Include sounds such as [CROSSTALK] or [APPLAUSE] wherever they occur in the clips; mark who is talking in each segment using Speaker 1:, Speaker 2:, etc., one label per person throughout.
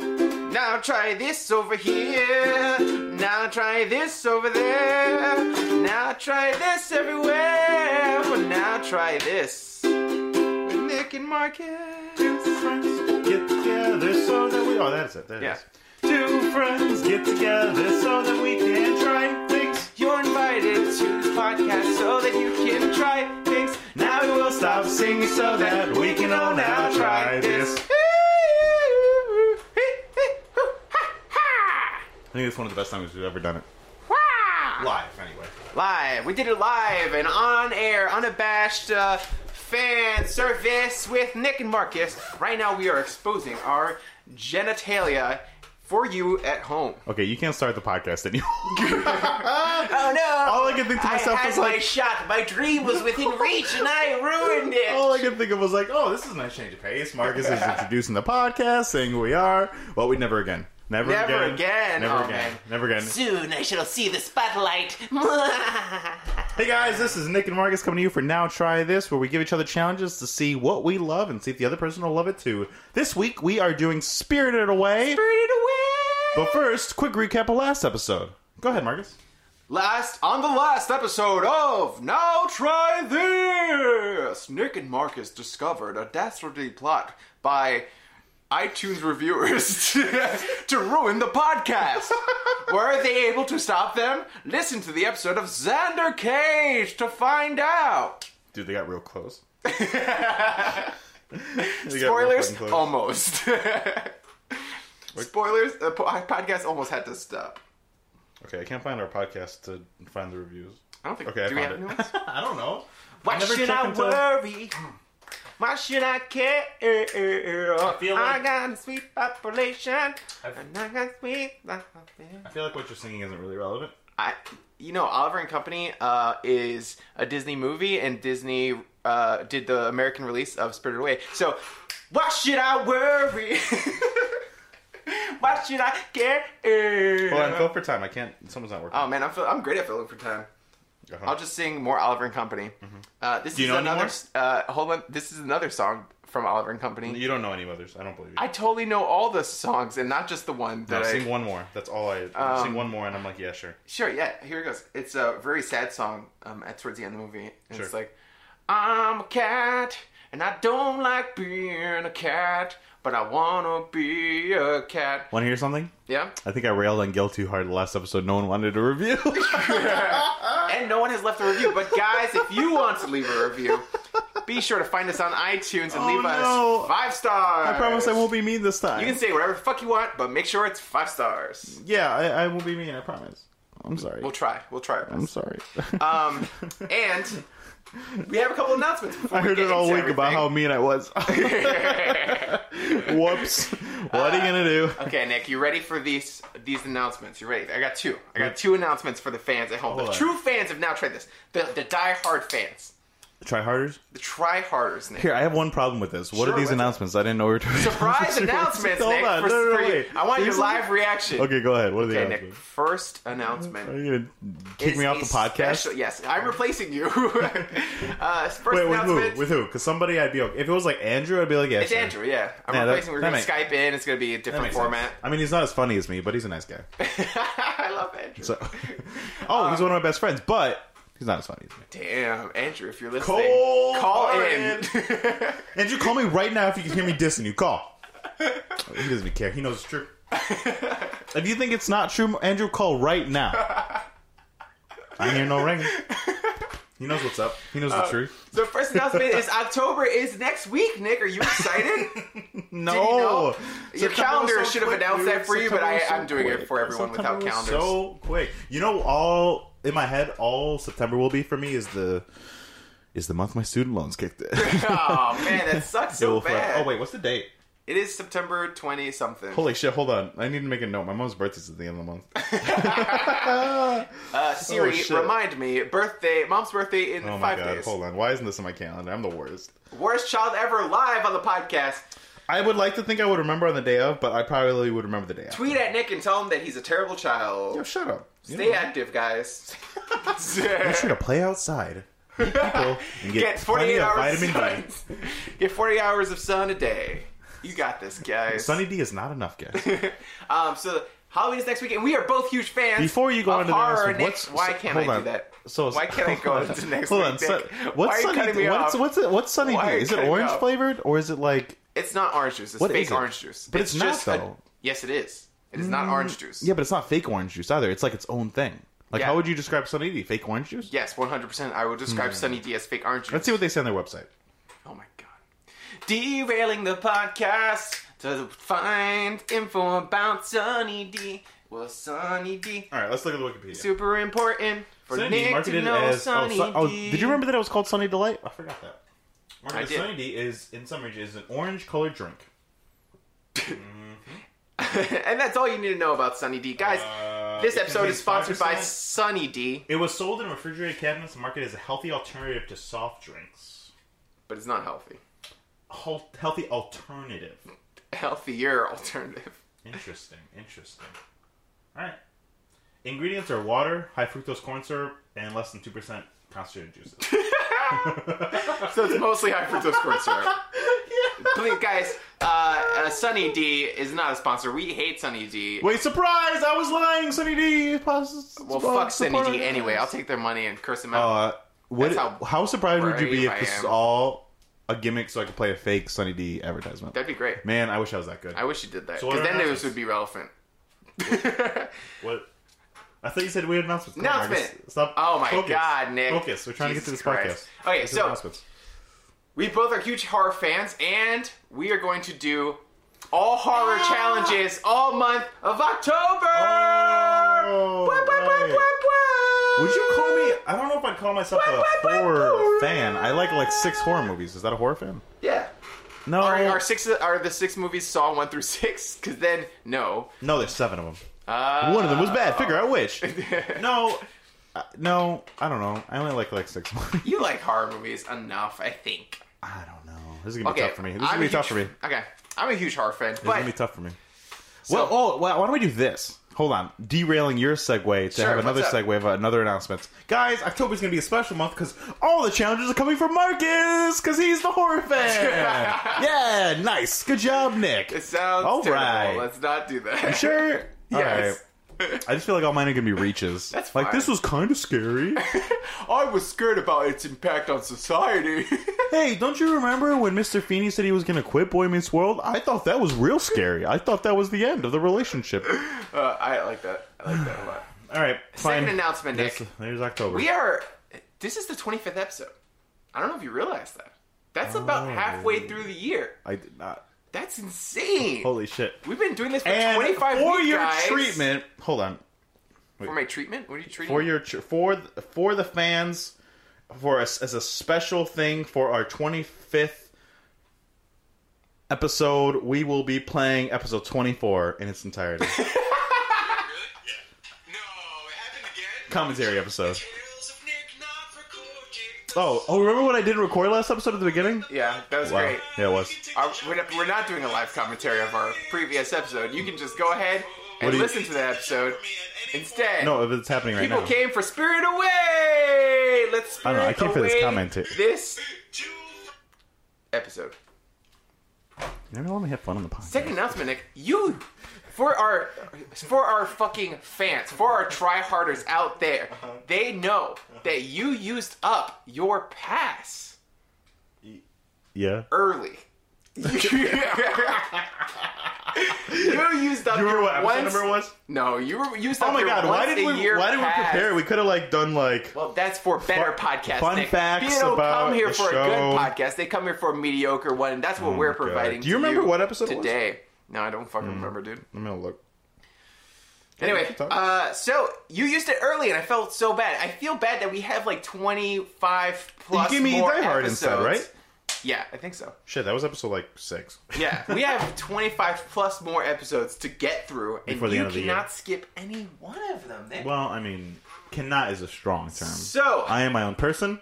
Speaker 1: Now try this over here. Now try this over there. Now try this everywhere. But now try this. With Nick and Marcus.
Speaker 2: Two friends get together so that we. Oh, that's it. There
Speaker 1: Yeah.
Speaker 2: it is. Two friends get together so that we can try things.
Speaker 1: You're invited to the podcast so that you can try things.
Speaker 2: Now we will stop singing so that we can all now try this. I think it's one of the best times we've ever done it. Live, anyway.
Speaker 1: Live. We did it live and on air, unabashed uh, fan service with Nick and Marcus. Right now, we are exposing our genitalia for you at home.
Speaker 2: Okay, you can't start the podcast anymore.
Speaker 1: Oh no!
Speaker 2: [LAUGHS] All I could think to myself
Speaker 1: I had
Speaker 2: was
Speaker 1: my
Speaker 2: like,
Speaker 1: shot. My dream was
Speaker 2: [LAUGHS]
Speaker 1: within reach, and I ruined it.
Speaker 2: all I could think of was like, oh, this is a nice change of pace. Marcus [LAUGHS] is introducing the podcast, saying who we are. Well, we never again. Never,
Speaker 1: Never
Speaker 2: again.
Speaker 1: again.
Speaker 2: Never
Speaker 1: Oh,
Speaker 2: again.
Speaker 1: man.
Speaker 2: Never again.
Speaker 1: Soon I shall see the spotlight. [LAUGHS]
Speaker 2: Hey guys, this is Nick and Marcus coming to you for Now Try This, where we give each other challenges to see what we love and see if the other person will love it too. This week we are doing Spirited Away.
Speaker 1: Spirited away.
Speaker 2: But first, quick recap of last episode. Go ahead, Marcus.
Speaker 1: Last on the last episode of Now Try This, Nick and Marcus discovered a dastardly plot by iTunes reviewers [LAUGHS] to ruin the
Speaker 2: [LAUGHS]
Speaker 1: podcast. Were they able to stop them? Listen to the episode of Xander Cage to find out.
Speaker 2: Dude, they got real [LAUGHS] close.
Speaker 1: Spoilers, almost. [LAUGHS] Spoilers, the po- podcast almost had to stop. Oh.
Speaker 2: Okay, I can't find our podcast to find the reviews.
Speaker 1: I don't think.
Speaker 2: Okay, I
Speaker 1: do we have
Speaker 2: found
Speaker 1: new
Speaker 2: it.
Speaker 1: ones?
Speaker 2: [LAUGHS] I don't know.
Speaker 1: Why
Speaker 2: never
Speaker 1: should
Speaker 2: check
Speaker 1: I
Speaker 2: until-
Speaker 1: worry? Why should I uh, care? uh. I,
Speaker 2: feel like-
Speaker 1: got a sweet population.
Speaker 2: I f-
Speaker 1: and I got sweet.
Speaker 2: I feel like what you're singing isn't really relevant.
Speaker 1: I, you know, Oliver and Company uh, is a Disney movie, and Disney uh, did the American release of Spirited Away. So, why should I worry? [LAUGHS] why should I care?
Speaker 2: Well, I'm filled for time. I can't. Someone's not working.
Speaker 1: oh man, I'm feel- I'm great at filling for time.
Speaker 2: Uh-huh. Mm-hmm.
Speaker 1: I'll just sing more Oliver and Company. Uh, this
Speaker 2: Do you
Speaker 1: is
Speaker 2: know any
Speaker 1: another.
Speaker 2: more?
Speaker 1: Uh, hold on, this is another song from Oliver and Company.
Speaker 2: You don't know any others. I don't believe you.
Speaker 1: I totally know all the songs and not just the one that
Speaker 2: No,
Speaker 1: I
Speaker 2: sing one more. That's all I. sing
Speaker 1: um,
Speaker 2: one more, and I'm like, yeah, sure.
Speaker 1: Sure, yeah, here it goes. It's a very sad song um, at towards the end of the movie. And It's
Speaker 2: Sure.
Speaker 1: like, I'm a cat, and I don't like being a cat, but I wanna be a cat.
Speaker 2: Want to hear something?
Speaker 1: Yeah?
Speaker 2: I think I railed on Gil too hard last episode. No one wanted a review. [LAUGHS]
Speaker 1: And no one has left a review, but guys, if you want to leave a review, be sure to find us on iTunes and
Speaker 2: Oh,
Speaker 1: leave
Speaker 2: no.
Speaker 1: us five stars.
Speaker 2: I promise I won't be mean this time.
Speaker 1: You can say whatever the fuck you want, but make sure it's five stars.
Speaker 2: yeah, I, I will be mean. I promise. I'm sorry.
Speaker 1: We'll try. We'll try. our best.
Speaker 2: I'm sorry.
Speaker 1: [LAUGHS] Um, and we have a couple announcements. Before
Speaker 2: [LAUGHS] [LAUGHS] I
Speaker 1: we
Speaker 2: heard
Speaker 1: get
Speaker 2: it all
Speaker 1: into
Speaker 2: week about how
Speaker 1: everything.
Speaker 2: mean I was. [LAUGHS] Whoops. What are you gonna do?
Speaker 1: Okay, Nick, you ready for these these announcements? You ready? I got two. I got two announcements for the fans at home.
Speaker 2: Hold
Speaker 1: the
Speaker 2: on.
Speaker 1: true fans have now tried this. The the diehard fans,
Speaker 2: Try harders.
Speaker 1: the try harders, Nick.
Speaker 2: Here, I have one problem with this. What
Speaker 1: Sure,
Speaker 2: are these
Speaker 1: what's-
Speaker 2: announcements? I didn't know we were doing [LAUGHS]
Speaker 1: Surprise announcements,
Speaker 2: Hold
Speaker 1: Nick.
Speaker 2: on.
Speaker 1: for
Speaker 2: No, no, no,
Speaker 1: three.
Speaker 2: wait.
Speaker 1: I want your
Speaker 2: These are-
Speaker 1: live reaction.
Speaker 2: Okay, go ahead. What are the
Speaker 1: Okay, Nick.
Speaker 2: announcements?
Speaker 1: First announcement.
Speaker 2: Are you gonna kick
Speaker 1: is
Speaker 2: me off
Speaker 1: a
Speaker 2: the podcast?
Speaker 1: special- yes, I'm replacing you. [LAUGHS] uh, first
Speaker 2: Wait, with who?
Speaker 1: announcement.
Speaker 2: With who? Because somebody, I'd be okay. If it was like Andrew, I'd be like, yeah,
Speaker 1: it's Andrew, yeah. I'm
Speaker 2: Yeah, that-
Speaker 1: replacing. We're
Speaker 2: that
Speaker 1: gonna
Speaker 2: makes-
Speaker 1: Skype in. It's gonna be a different format.
Speaker 2: I mean, he's not as funny as me, but he's a nice guy.
Speaker 1: [LAUGHS] I love Andrew. [LAUGHS]
Speaker 2: So, [LAUGHS] oh, he's
Speaker 1: Um,
Speaker 2: one of my best friends, but he's not as funny as me.
Speaker 1: Damn, Andrew, if you're listening,
Speaker 2: Cold
Speaker 1: call [LAUGHS] in.
Speaker 2: Andrew, call me right now if you can hear me dissing
Speaker 1: [LAUGHS]
Speaker 2: you. Call. He doesn't care. He knows it's true. If you think it's not true, Andrew, call right now. I hear no ringing. He knows what's up. He knows
Speaker 1: Uh,
Speaker 2: the truth.
Speaker 1: The first announcement
Speaker 2: [LAUGHS]
Speaker 1: is October is next week, Nick. Are you excited?
Speaker 2: No,
Speaker 1: Did you know? Your
Speaker 2: September
Speaker 1: calendar
Speaker 2: was so
Speaker 1: should have
Speaker 2: quick,
Speaker 1: announced
Speaker 2: dude.
Speaker 1: that for you, but
Speaker 2: September
Speaker 1: I-
Speaker 2: was so
Speaker 1: I'm doing it
Speaker 2: quick.
Speaker 1: for everyone
Speaker 2: September
Speaker 1: without
Speaker 2: was
Speaker 1: calendars.
Speaker 2: So quick. You know, all in my head, all September will be for me is the is the month my student loans
Speaker 1: [LAUGHS]
Speaker 2: kicked in. [LAUGHS] It
Speaker 1: oh man, that sucks so
Speaker 2: will flip.
Speaker 1: bad.
Speaker 2: Oh wait, what's the date?
Speaker 1: It is September twenty something.
Speaker 2: Holy shit! Hold on, I need to make a note. My mom's birthday's at the end of
Speaker 1: [LAUGHS]
Speaker 2: the month. Oh
Speaker 1: Uh, Siri,
Speaker 2: shit.
Speaker 1: remind me, birthday, mom's birthday in
Speaker 2: Oh
Speaker 1: five
Speaker 2: my god!
Speaker 1: days.
Speaker 2: Hold on. Why isn't this in my calendar? I'm the worst.
Speaker 1: Worst child ever live on the podcast.
Speaker 2: I would like to think I would remember on the day of, but I probably would remember the day. after.
Speaker 1: Tweet at Nick and tell him that he's a terrible
Speaker 2: Yo,
Speaker 1: child.
Speaker 2: shut up. You
Speaker 1: Stay
Speaker 2: know,
Speaker 1: active, guys.
Speaker 2: Make sure to play outside. Meet people
Speaker 1: [LAUGHS]
Speaker 2: and get,
Speaker 1: Get 48
Speaker 2: plenty of
Speaker 1: hours
Speaker 2: vitamin
Speaker 1: of
Speaker 2: D.
Speaker 1: sun. Get 40 hours of sun a day. You got this, guys.
Speaker 2: Sunny D is not enough, guys.
Speaker 1: um, so Halloween is next weekend. We are both huge fans.
Speaker 2: Before you go
Speaker 1: of
Speaker 2: on to the next
Speaker 1: horror,
Speaker 2: one,
Speaker 1: Nick.
Speaker 2: what's
Speaker 1: why
Speaker 2: so-
Speaker 1: can't
Speaker 2: hold
Speaker 1: I
Speaker 2: on.
Speaker 1: do that?
Speaker 2: So
Speaker 1: why can't I go
Speaker 2: hold on.
Speaker 1: into next
Speaker 2: Hold
Speaker 1: week,
Speaker 2: on, Sun-
Speaker 1: Nick?
Speaker 2: what's
Speaker 1: why are you
Speaker 2: Sunny
Speaker 1: cutting me
Speaker 2: D? What's,
Speaker 1: off?
Speaker 2: what's it? What's Sunny
Speaker 1: Why
Speaker 2: D?
Speaker 1: are you
Speaker 2: Is it
Speaker 1: cutting me
Speaker 2: orange
Speaker 1: off?
Speaker 2: flavored or is it like?
Speaker 1: It's not orange juice. It's
Speaker 2: What
Speaker 1: fake
Speaker 2: is it?
Speaker 1: orange juice.
Speaker 2: But it's not,
Speaker 1: just a-
Speaker 2: though. Mm,
Speaker 1: yes, it is. It is not orange juice.
Speaker 2: Yeah, but it's not fake orange juice either. It's like its own thing. Like,
Speaker 1: Yeah.
Speaker 2: how would you describe Sunny D? Fake orange juice?
Speaker 1: Yes, one hundred percent. I will describe
Speaker 2: Mm.
Speaker 1: Sunny D as fake orange juice.
Speaker 2: Let's see what they say on their website.
Speaker 1: Oh my god. Derailing the podcast to find info about Sunny D. Well, Sunny D,
Speaker 2: All right, let's look at the Wikipedia.
Speaker 1: super important for
Speaker 2: Sunny D
Speaker 1: Nick to
Speaker 2: marketed
Speaker 1: know
Speaker 2: as
Speaker 1: Sunny
Speaker 2: oh, Sun- oh,
Speaker 1: D.
Speaker 2: did you remember that it was called Sunny Delight? I forgot that. Marketed
Speaker 1: I
Speaker 2: as
Speaker 1: did.
Speaker 2: Sunny D is in summary is an orange colored drink.
Speaker 1: [LAUGHS] and that's all you need to know about Sunny D, guys.
Speaker 2: Uh,
Speaker 1: this
Speaker 2: it
Speaker 1: episode is
Speaker 2: contains
Speaker 1: sponsored by
Speaker 2: 5%.
Speaker 1: Sunny D,
Speaker 2: It was sold in refrigerated cabinets and marketed as a healthy alternative to soft drinks.
Speaker 1: but it's not healthy.
Speaker 2: Hel- healthy alternative.
Speaker 1: Healthier alternative.
Speaker 2: Interesting. Interesting. All right. Ingredients are water, high fructose corn syrup, and less than two percent
Speaker 1: [LAUGHS]
Speaker 2: concentrated juices.
Speaker 1: So it's mostly high fructose corn syrup.
Speaker 2: [LAUGHS]
Speaker 1: Please, guys, uh, uh, Sunny D is not a sponsor. We hate Sunny D.
Speaker 2: Wait, surprise! I was lying. Sunny D. Pos-
Speaker 1: Well, fuck Sunny D anyway. I'll take their money and curse them out.
Speaker 2: Uh, what?
Speaker 1: That's
Speaker 2: How,
Speaker 1: how
Speaker 2: surprised would you be
Speaker 1: brave
Speaker 2: if this
Speaker 1: I
Speaker 2: is
Speaker 1: am.
Speaker 2: all a gimmick so I could play a fake Sunny D advertisement?
Speaker 1: That'd be great.
Speaker 2: Man, I wish I was that good.
Speaker 1: I wish you did that
Speaker 2: So what
Speaker 1: because
Speaker 2: are
Speaker 1: then
Speaker 2: our
Speaker 1: news
Speaker 2: announcements?
Speaker 1: would be relevant. [LAUGHS]
Speaker 2: What? I thought you said we had announcements. Come on,
Speaker 1: Announcement!
Speaker 2: Marcus. Stop.
Speaker 1: Oh my
Speaker 2: Focus.
Speaker 1: God, Nick.
Speaker 2: Focus. We're trying to
Speaker 1: Jesus
Speaker 2: get to this
Speaker 1: Christ.
Speaker 2: podcast.
Speaker 1: Okay,
Speaker 2: Let's do
Speaker 1: so-
Speaker 2: announcements.
Speaker 1: we both are huge horror fans, and we are going to do all horror challenges all month of October.
Speaker 2: Oh,
Speaker 1: Bwah, bwah, bwah,
Speaker 2: right.
Speaker 1: bwah, bwah.
Speaker 2: Would you call me? I don't know if I'd call myself a horror fan. I like like six horror movies. Is that a horror fan?
Speaker 1: Yeah.
Speaker 2: No,
Speaker 1: Are, are six are the six movies Saw one through six? Because then no.
Speaker 2: no, there's seven of them.
Speaker 1: Uh,
Speaker 2: One of them was bad. Figure
Speaker 1: [LAUGHS]
Speaker 2: out which. no, uh, no, I don't know. I only like like six movies.
Speaker 1: You like horror movies enough, I think.
Speaker 2: [LAUGHS] I don't know. This is gonna be
Speaker 1: Okay,
Speaker 2: tough for me. This
Speaker 1: I'm
Speaker 2: is gonna
Speaker 1: a
Speaker 2: be tough for
Speaker 1: huge-
Speaker 2: me.
Speaker 1: Okay, I'm a huge horror fan,
Speaker 2: It's
Speaker 1: but
Speaker 2: gonna be tough for me. well, oh, well, why don't we do this? Hold on, derailing your segue to
Speaker 1: Sure,
Speaker 2: have another
Speaker 1: what's up?
Speaker 2: segue of another announcements, guys. October's gonna be a special month because all the challenges are coming from Marcus because he's the horror fan.
Speaker 1: [LAUGHS]
Speaker 2: yeah, nice, good job, Nick.
Speaker 1: it sounds
Speaker 2: All
Speaker 1: terrible.
Speaker 2: right.
Speaker 1: Let's not do that.
Speaker 2: sure. All
Speaker 1: [LAUGHS] Yes.
Speaker 2: right. I just feel like all mine are gonna be
Speaker 1: [LAUGHS]
Speaker 2: reaches.
Speaker 1: That's
Speaker 2: like
Speaker 1: fine.
Speaker 2: this was kind
Speaker 1: [LAUGHS]
Speaker 2: of scary.
Speaker 1: I was scared about its impact on society. [LAUGHS]
Speaker 2: hey, don't you remember when Mr. Feeney said he was gonna quit Boy Meets World? I thought that was real scary. I thought that was the end of the relationship.
Speaker 1: uh, I like that. I like that a
Speaker 2: [SIGHS]
Speaker 1: lot.
Speaker 2: All right, fine.
Speaker 1: Second announcement, Nick.
Speaker 2: There's, there's October.
Speaker 1: We are. This is the 25th episode. I don't know if you realize that. That's
Speaker 2: Oh.
Speaker 1: about halfway through the year.
Speaker 2: I did not.
Speaker 1: That's insane.
Speaker 2: Holy shit.
Speaker 1: We've been doing this for
Speaker 2: And
Speaker 1: 25
Speaker 2: for
Speaker 1: weeks,
Speaker 2: your
Speaker 1: guys.
Speaker 2: treatment, hold on.
Speaker 1: For my treatment? What are you treating?
Speaker 2: For your tr- for th- for the fans, for us as a special thing for our 25th episode, we will be playing episode 24 in its
Speaker 1: [LAUGHS]
Speaker 2: entirety.
Speaker 3: No, it happened again.
Speaker 2: Commentary episode.
Speaker 3: Tales of Nick not recorded.
Speaker 2: Oh, oh, remember what I didn't record last episode at the beginning?
Speaker 1: yeah, that was
Speaker 2: Wow.
Speaker 1: great.
Speaker 2: Yeah, it was.
Speaker 1: Our, we're, not, we're not doing a live commentary of our previous episode. You can just go ahead
Speaker 2: What
Speaker 1: and
Speaker 2: do you-
Speaker 1: listen to that episode instead.
Speaker 2: No, if it's happening right
Speaker 1: People
Speaker 2: now.
Speaker 1: came for Spirit Away. Let's
Speaker 2: I
Speaker 1: Spirit
Speaker 2: don't know, I can't fit this
Speaker 1: Away
Speaker 2: comment to-
Speaker 1: This
Speaker 3: Two
Speaker 1: episode.
Speaker 2: You never let me have fun on the podcast.
Speaker 1: Second announcement, Nick. You for our for our fucking fans, for our tryharders out there,
Speaker 2: Uh-huh.
Speaker 1: they know that you used up your pass
Speaker 2: Yeah. [LAUGHS]
Speaker 1: early. you used up
Speaker 2: You remember
Speaker 1: your
Speaker 2: what episode
Speaker 1: once-
Speaker 2: number was?
Speaker 1: No, you were used up
Speaker 2: Oh my
Speaker 1: your
Speaker 2: god, why
Speaker 1: once
Speaker 2: did
Speaker 1: a
Speaker 2: we
Speaker 1: year
Speaker 2: why did we
Speaker 1: pass.
Speaker 2: prepare? We could have like done like
Speaker 1: Well, that's for better
Speaker 2: Fun-
Speaker 1: podcasting.
Speaker 2: fun facts
Speaker 1: People don't come
Speaker 2: about
Speaker 1: here
Speaker 2: the
Speaker 1: for a
Speaker 2: show. Oh
Speaker 1: good podcast. They come here for a mediocre one, and that's what we're
Speaker 2: my God.
Speaker 1: providing.
Speaker 2: Do you
Speaker 1: to
Speaker 2: remember what episode it was? Hmm.
Speaker 1: today? No, I don't fucking remember, dude.
Speaker 2: I'm gonna look.
Speaker 1: Anyway,
Speaker 2: keep talking.
Speaker 1: uh, so you used it early, and I felt so bad. I feel bad that we have like twenty five plus.
Speaker 2: gave me
Speaker 1: more
Speaker 2: Die Hard
Speaker 1: episodes.
Speaker 2: instead, right?
Speaker 1: Yeah, I think so.
Speaker 2: Shit, that was episode like six.
Speaker 1: Yeah, we have
Speaker 2: [LAUGHS]
Speaker 1: twenty five plus more episodes to get through, and
Speaker 2: Before the
Speaker 1: you
Speaker 2: end of the year.
Speaker 1: cannot skip any one of them. Nick.
Speaker 2: Well, I mean, cannot is a strong term.
Speaker 1: so,
Speaker 2: I am my own person.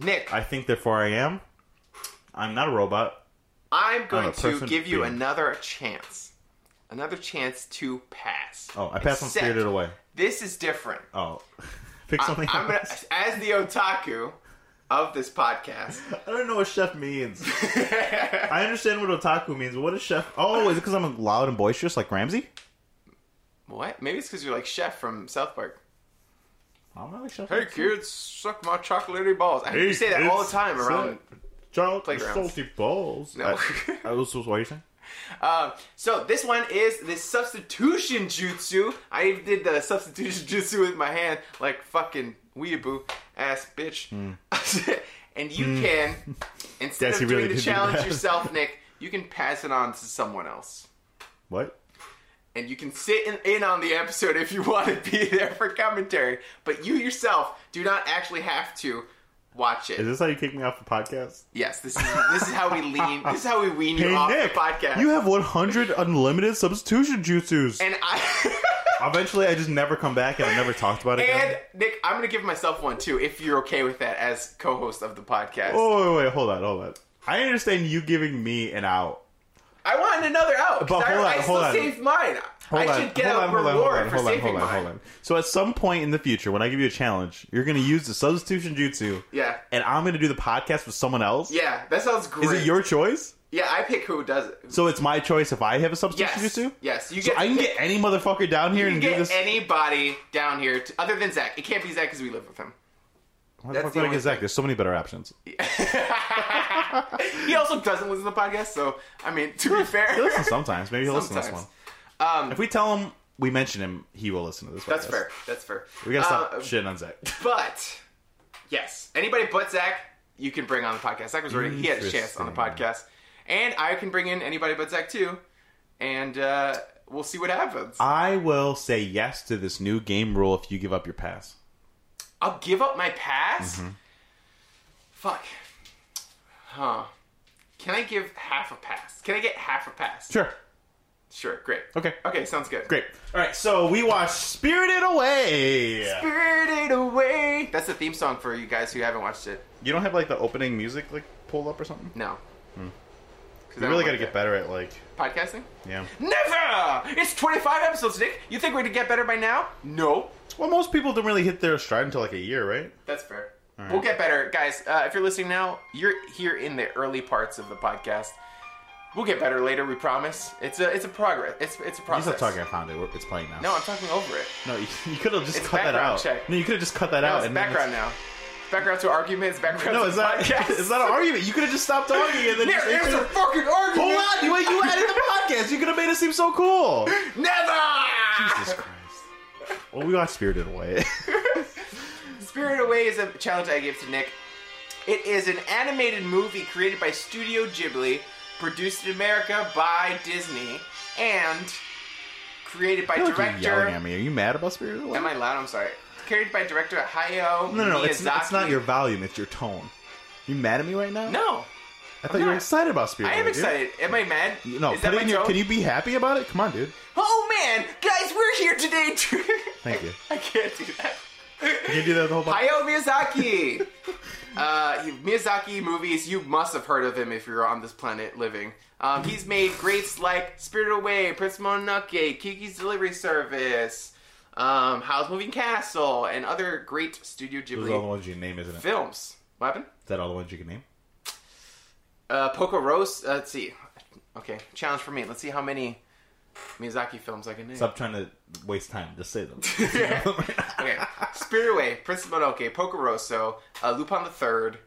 Speaker 1: Nick,
Speaker 2: I think, therefore, I am. I'm not a robot.
Speaker 1: I'm
Speaker 2: I'm
Speaker 1: going
Speaker 2: a
Speaker 1: to
Speaker 2: person
Speaker 1: give you
Speaker 2: being-
Speaker 1: another chance. Another chance to pass.
Speaker 2: Oh, I passed on
Speaker 1: Except
Speaker 2: Spirited Away. [LAUGHS]
Speaker 1: This is different.
Speaker 2: Oh, pick
Speaker 1: I, am
Speaker 2: something.
Speaker 1: gonna,
Speaker 2: else.
Speaker 1: as the otaku, of this
Speaker 2: [LAUGHS]
Speaker 1: podcast.
Speaker 2: I don't know what chef means. I understand what otaku means, but what is chef? Oh, is it because I'm loud and boisterous like Ramsey?
Speaker 1: what? Maybe it's because you're like Chef from South Park.
Speaker 2: I'm not like chef.
Speaker 1: Hey kids, suck my chocolatey balls. I hear you say that all the time around.
Speaker 2: chocolate
Speaker 1: playgrounds.
Speaker 2: salty balls. Uh,
Speaker 1: No.
Speaker 2: I, I was supposed. What are you saying?
Speaker 1: Um, so this one is the substitution jutsu. I even did the substitution [LAUGHS] jutsu with my hand, like fucking weeaboo ass bitch. [LAUGHS] and you can, instead
Speaker 2: Hmm. [LAUGHS] Yes,
Speaker 1: of
Speaker 2: he really
Speaker 1: doing the
Speaker 2: did do
Speaker 1: challenge
Speaker 2: that.
Speaker 1: yourself, Nick, you can pass it on to someone else.
Speaker 2: What?
Speaker 1: And you can sit in, in on the episode if you [LAUGHS] want to be there for commentary, but you yourself do not actually have to watch it.
Speaker 2: Is this how you kick me off the podcast?
Speaker 1: yes, this is this is how we lean. This is how we wean you
Speaker 2: Hey
Speaker 1: off
Speaker 2: Nick,
Speaker 1: the podcast.
Speaker 2: you have 100 unlimited substitution jutsus.
Speaker 1: and I. [LAUGHS]
Speaker 2: Eventually, I just never come back, and I never talked about it
Speaker 1: And
Speaker 2: again.
Speaker 1: Nick, I'm gonna give myself one too, if you're okay with that as co-host of the podcast.
Speaker 2: Oh wait, wait, hold on, hold on. I understand you giving me an out.
Speaker 1: I want another out. 'cause
Speaker 2: But hold
Speaker 1: I,
Speaker 2: on,
Speaker 1: I
Speaker 2: hold
Speaker 1: still
Speaker 2: on.
Speaker 1: saved mine.
Speaker 2: Hold
Speaker 1: I
Speaker 2: on,
Speaker 1: should get
Speaker 2: hold
Speaker 1: a
Speaker 2: on, hold on,
Speaker 1: reward
Speaker 2: hold on,
Speaker 1: for
Speaker 2: hold on,
Speaker 1: saving
Speaker 2: hold on,
Speaker 1: mine.
Speaker 2: hold on. So at some point in the future, when I give you a challenge, you're going to use the substitution jutsu,
Speaker 1: Yeah,
Speaker 2: and I'm going to do the podcast with someone else.
Speaker 1: yeah, that sounds great.
Speaker 2: Is it your choice?
Speaker 1: Yeah, I pick who does it.
Speaker 2: So it's my choice if I have a substitution
Speaker 1: Yes,
Speaker 2: jutsu.
Speaker 1: yes, you
Speaker 2: So
Speaker 1: get.
Speaker 2: I can get any motherfucker down here
Speaker 1: you can
Speaker 2: and give
Speaker 1: get
Speaker 2: this.
Speaker 1: anybody down here to, other than Zach. It can't be Zach because we live with
Speaker 2: [LAUGHS]
Speaker 1: him.
Speaker 2: Why the
Speaker 1: that's
Speaker 2: fuck
Speaker 1: the
Speaker 2: would I
Speaker 1: only
Speaker 2: get Zach? There's so many better options.
Speaker 1: He also doesn't listen to the podcast, so I mean, to be fair,
Speaker 2: He listens sometimes. Maybe he'll listen to this
Speaker 1: Sometimes. Um,
Speaker 2: one. If we tell him we mention him, he will listen to this.
Speaker 1: that's
Speaker 2: podcast.
Speaker 1: fair. That's fair.
Speaker 2: We gotta stop
Speaker 1: Uh,
Speaker 2: shitting on Zach.
Speaker 1: But yes, anybody but Zach, you can bring on the podcast. Zach was already he had a chance on the
Speaker 2: Interesting.
Speaker 1: podcast, and I can bring in anybody but Zach too, and uh, we'll see what happens.
Speaker 2: I will say yes to this new game rule if you give up your pass.
Speaker 1: I'll give up my pass.
Speaker 2: Mm-hmm.
Speaker 1: Fuck. Huh. Can I give half a pass? Can I get half a pass?
Speaker 2: Sure.
Speaker 1: Sure. Great.
Speaker 2: Okay.
Speaker 1: Okay. Sounds good.
Speaker 2: Great. All right. So we watched Spirited Away.
Speaker 1: Spirited away. That's the theme song for you guys who haven't watched it.
Speaker 2: you don't have like the opening music like pulled up or something.
Speaker 1: No. 'Cause
Speaker 2: Hmm. You
Speaker 1: I
Speaker 2: really got
Speaker 1: don't
Speaker 2: to
Speaker 1: like
Speaker 2: get better at like
Speaker 1: that. podcasting.
Speaker 2: yeah.
Speaker 1: Never! It's 25 episodes, Nick. You think we're gonna get better by now? No.
Speaker 2: Well, most people don't really hit their stride until like a year, right?
Speaker 1: That's fair.
Speaker 2: right.
Speaker 1: We'll get better, guys. Uh, if you're listening now, you're here in the early parts of the podcast. We'll get better later, we promise. It's a it's a progress. It's it's a
Speaker 2: You
Speaker 1: process.
Speaker 2: still talking? I found it. We're- It's playing now.
Speaker 1: No, I'm talking over it.
Speaker 2: No, you, you could have just
Speaker 1: It's
Speaker 2: cut that
Speaker 1: background
Speaker 2: out.
Speaker 1: check.
Speaker 2: No, you could have just cut that
Speaker 1: No,
Speaker 2: out.
Speaker 1: it's
Speaker 2: and then
Speaker 1: background now. It's background to arguments. Background
Speaker 2: No,
Speaker 1: to
Speaker 2: is that
Speaker 1: podcast.
Speaker 2: [LAUGHS] is that an argument? You could have just stopped talking and then
Speaker 1: Nick,
Speaker 2: just
Speaker 1: there's a
Speaker 2: introduced-
Speaker 1: fucking argument.
Speaker 2: Hold on, you, you
Speaker 1: [LAUGHS]
Speaker 2: added the podcast. You could have made it seem so cool.
Speaker 1: Never.
Speaker 2: Jesus Christ. Well, we got spirited away. [LAUGHS]
Speaker 1: Spirit Away is a challenge I give to Nick. It is an animated movie created by Studio Ghibli, produced in America by Disney, and created by
Speaker 2: I feel like you're
Speaker 1: director.
Speaker 2: yelling at me. Are you mad about spirited away?
Speaker 1: Am I loud? I'm sorry. Created by director Hayao
Speaker 2: no, no, no. It's,
Speaker 1: Miyazaki.
Speaker 2: it's not your volume. It's your tone. You mad at me right now?
Speaker 1: No,
Speaker 2: I thought you were
Speaker 1: not.
Speaker 2: excited about spirited
Speaker 1: I
Speaker 2: away.
Speaker 1: am
Speaker 2: dude.
Speaker 1: excited. Am I mad?
Speaker 2: No,
Speaker 1: is
Speaker 2: put
Speaker 1: that
Speaker 2: it
Speaker 1: my
Speaker 2: in your,
Speaker 1: joke?
Speaker 2: can you be happy about it? Come on, dude.
Speaker 1: Oh man, guys, we're here today. To...
Speaker 2: Thank you.
Speaker 1: [LAUGHS] I can't do that.
Speaker 2: You can do that the whole podcast.
Speaker 1: Hayao Miyazaki. [LAUGHS] uh, he- Miyazaki movies, you must have heard of him if you're on this planet living. Um, he's made greats like Spirited Away, Prince Mononoke, Kiki's Delivery Service, um, Howl's Moving Castle, and other great Studio
Speaker 2: Those are all the
Speaker 1: Ghibli
Speaker 2: ones you can name, isn't it? Is
Speaker 1: films. What happened?
Speaker 2: that all the ones you can name?
Speaker 1: Uh, Poco Roast. Uh, let's see. Okay, challenge for me. Let's see how many Miyazaki films I can name.
Speaker 2: Stop trying to waste time. Just
Speaker 1: [LAUGHS]
Speaker 2: say them.
Speaker 1: Okay, Spirited Away, Prince Mononoke, Poco Rosso, uh, Lupin the Third.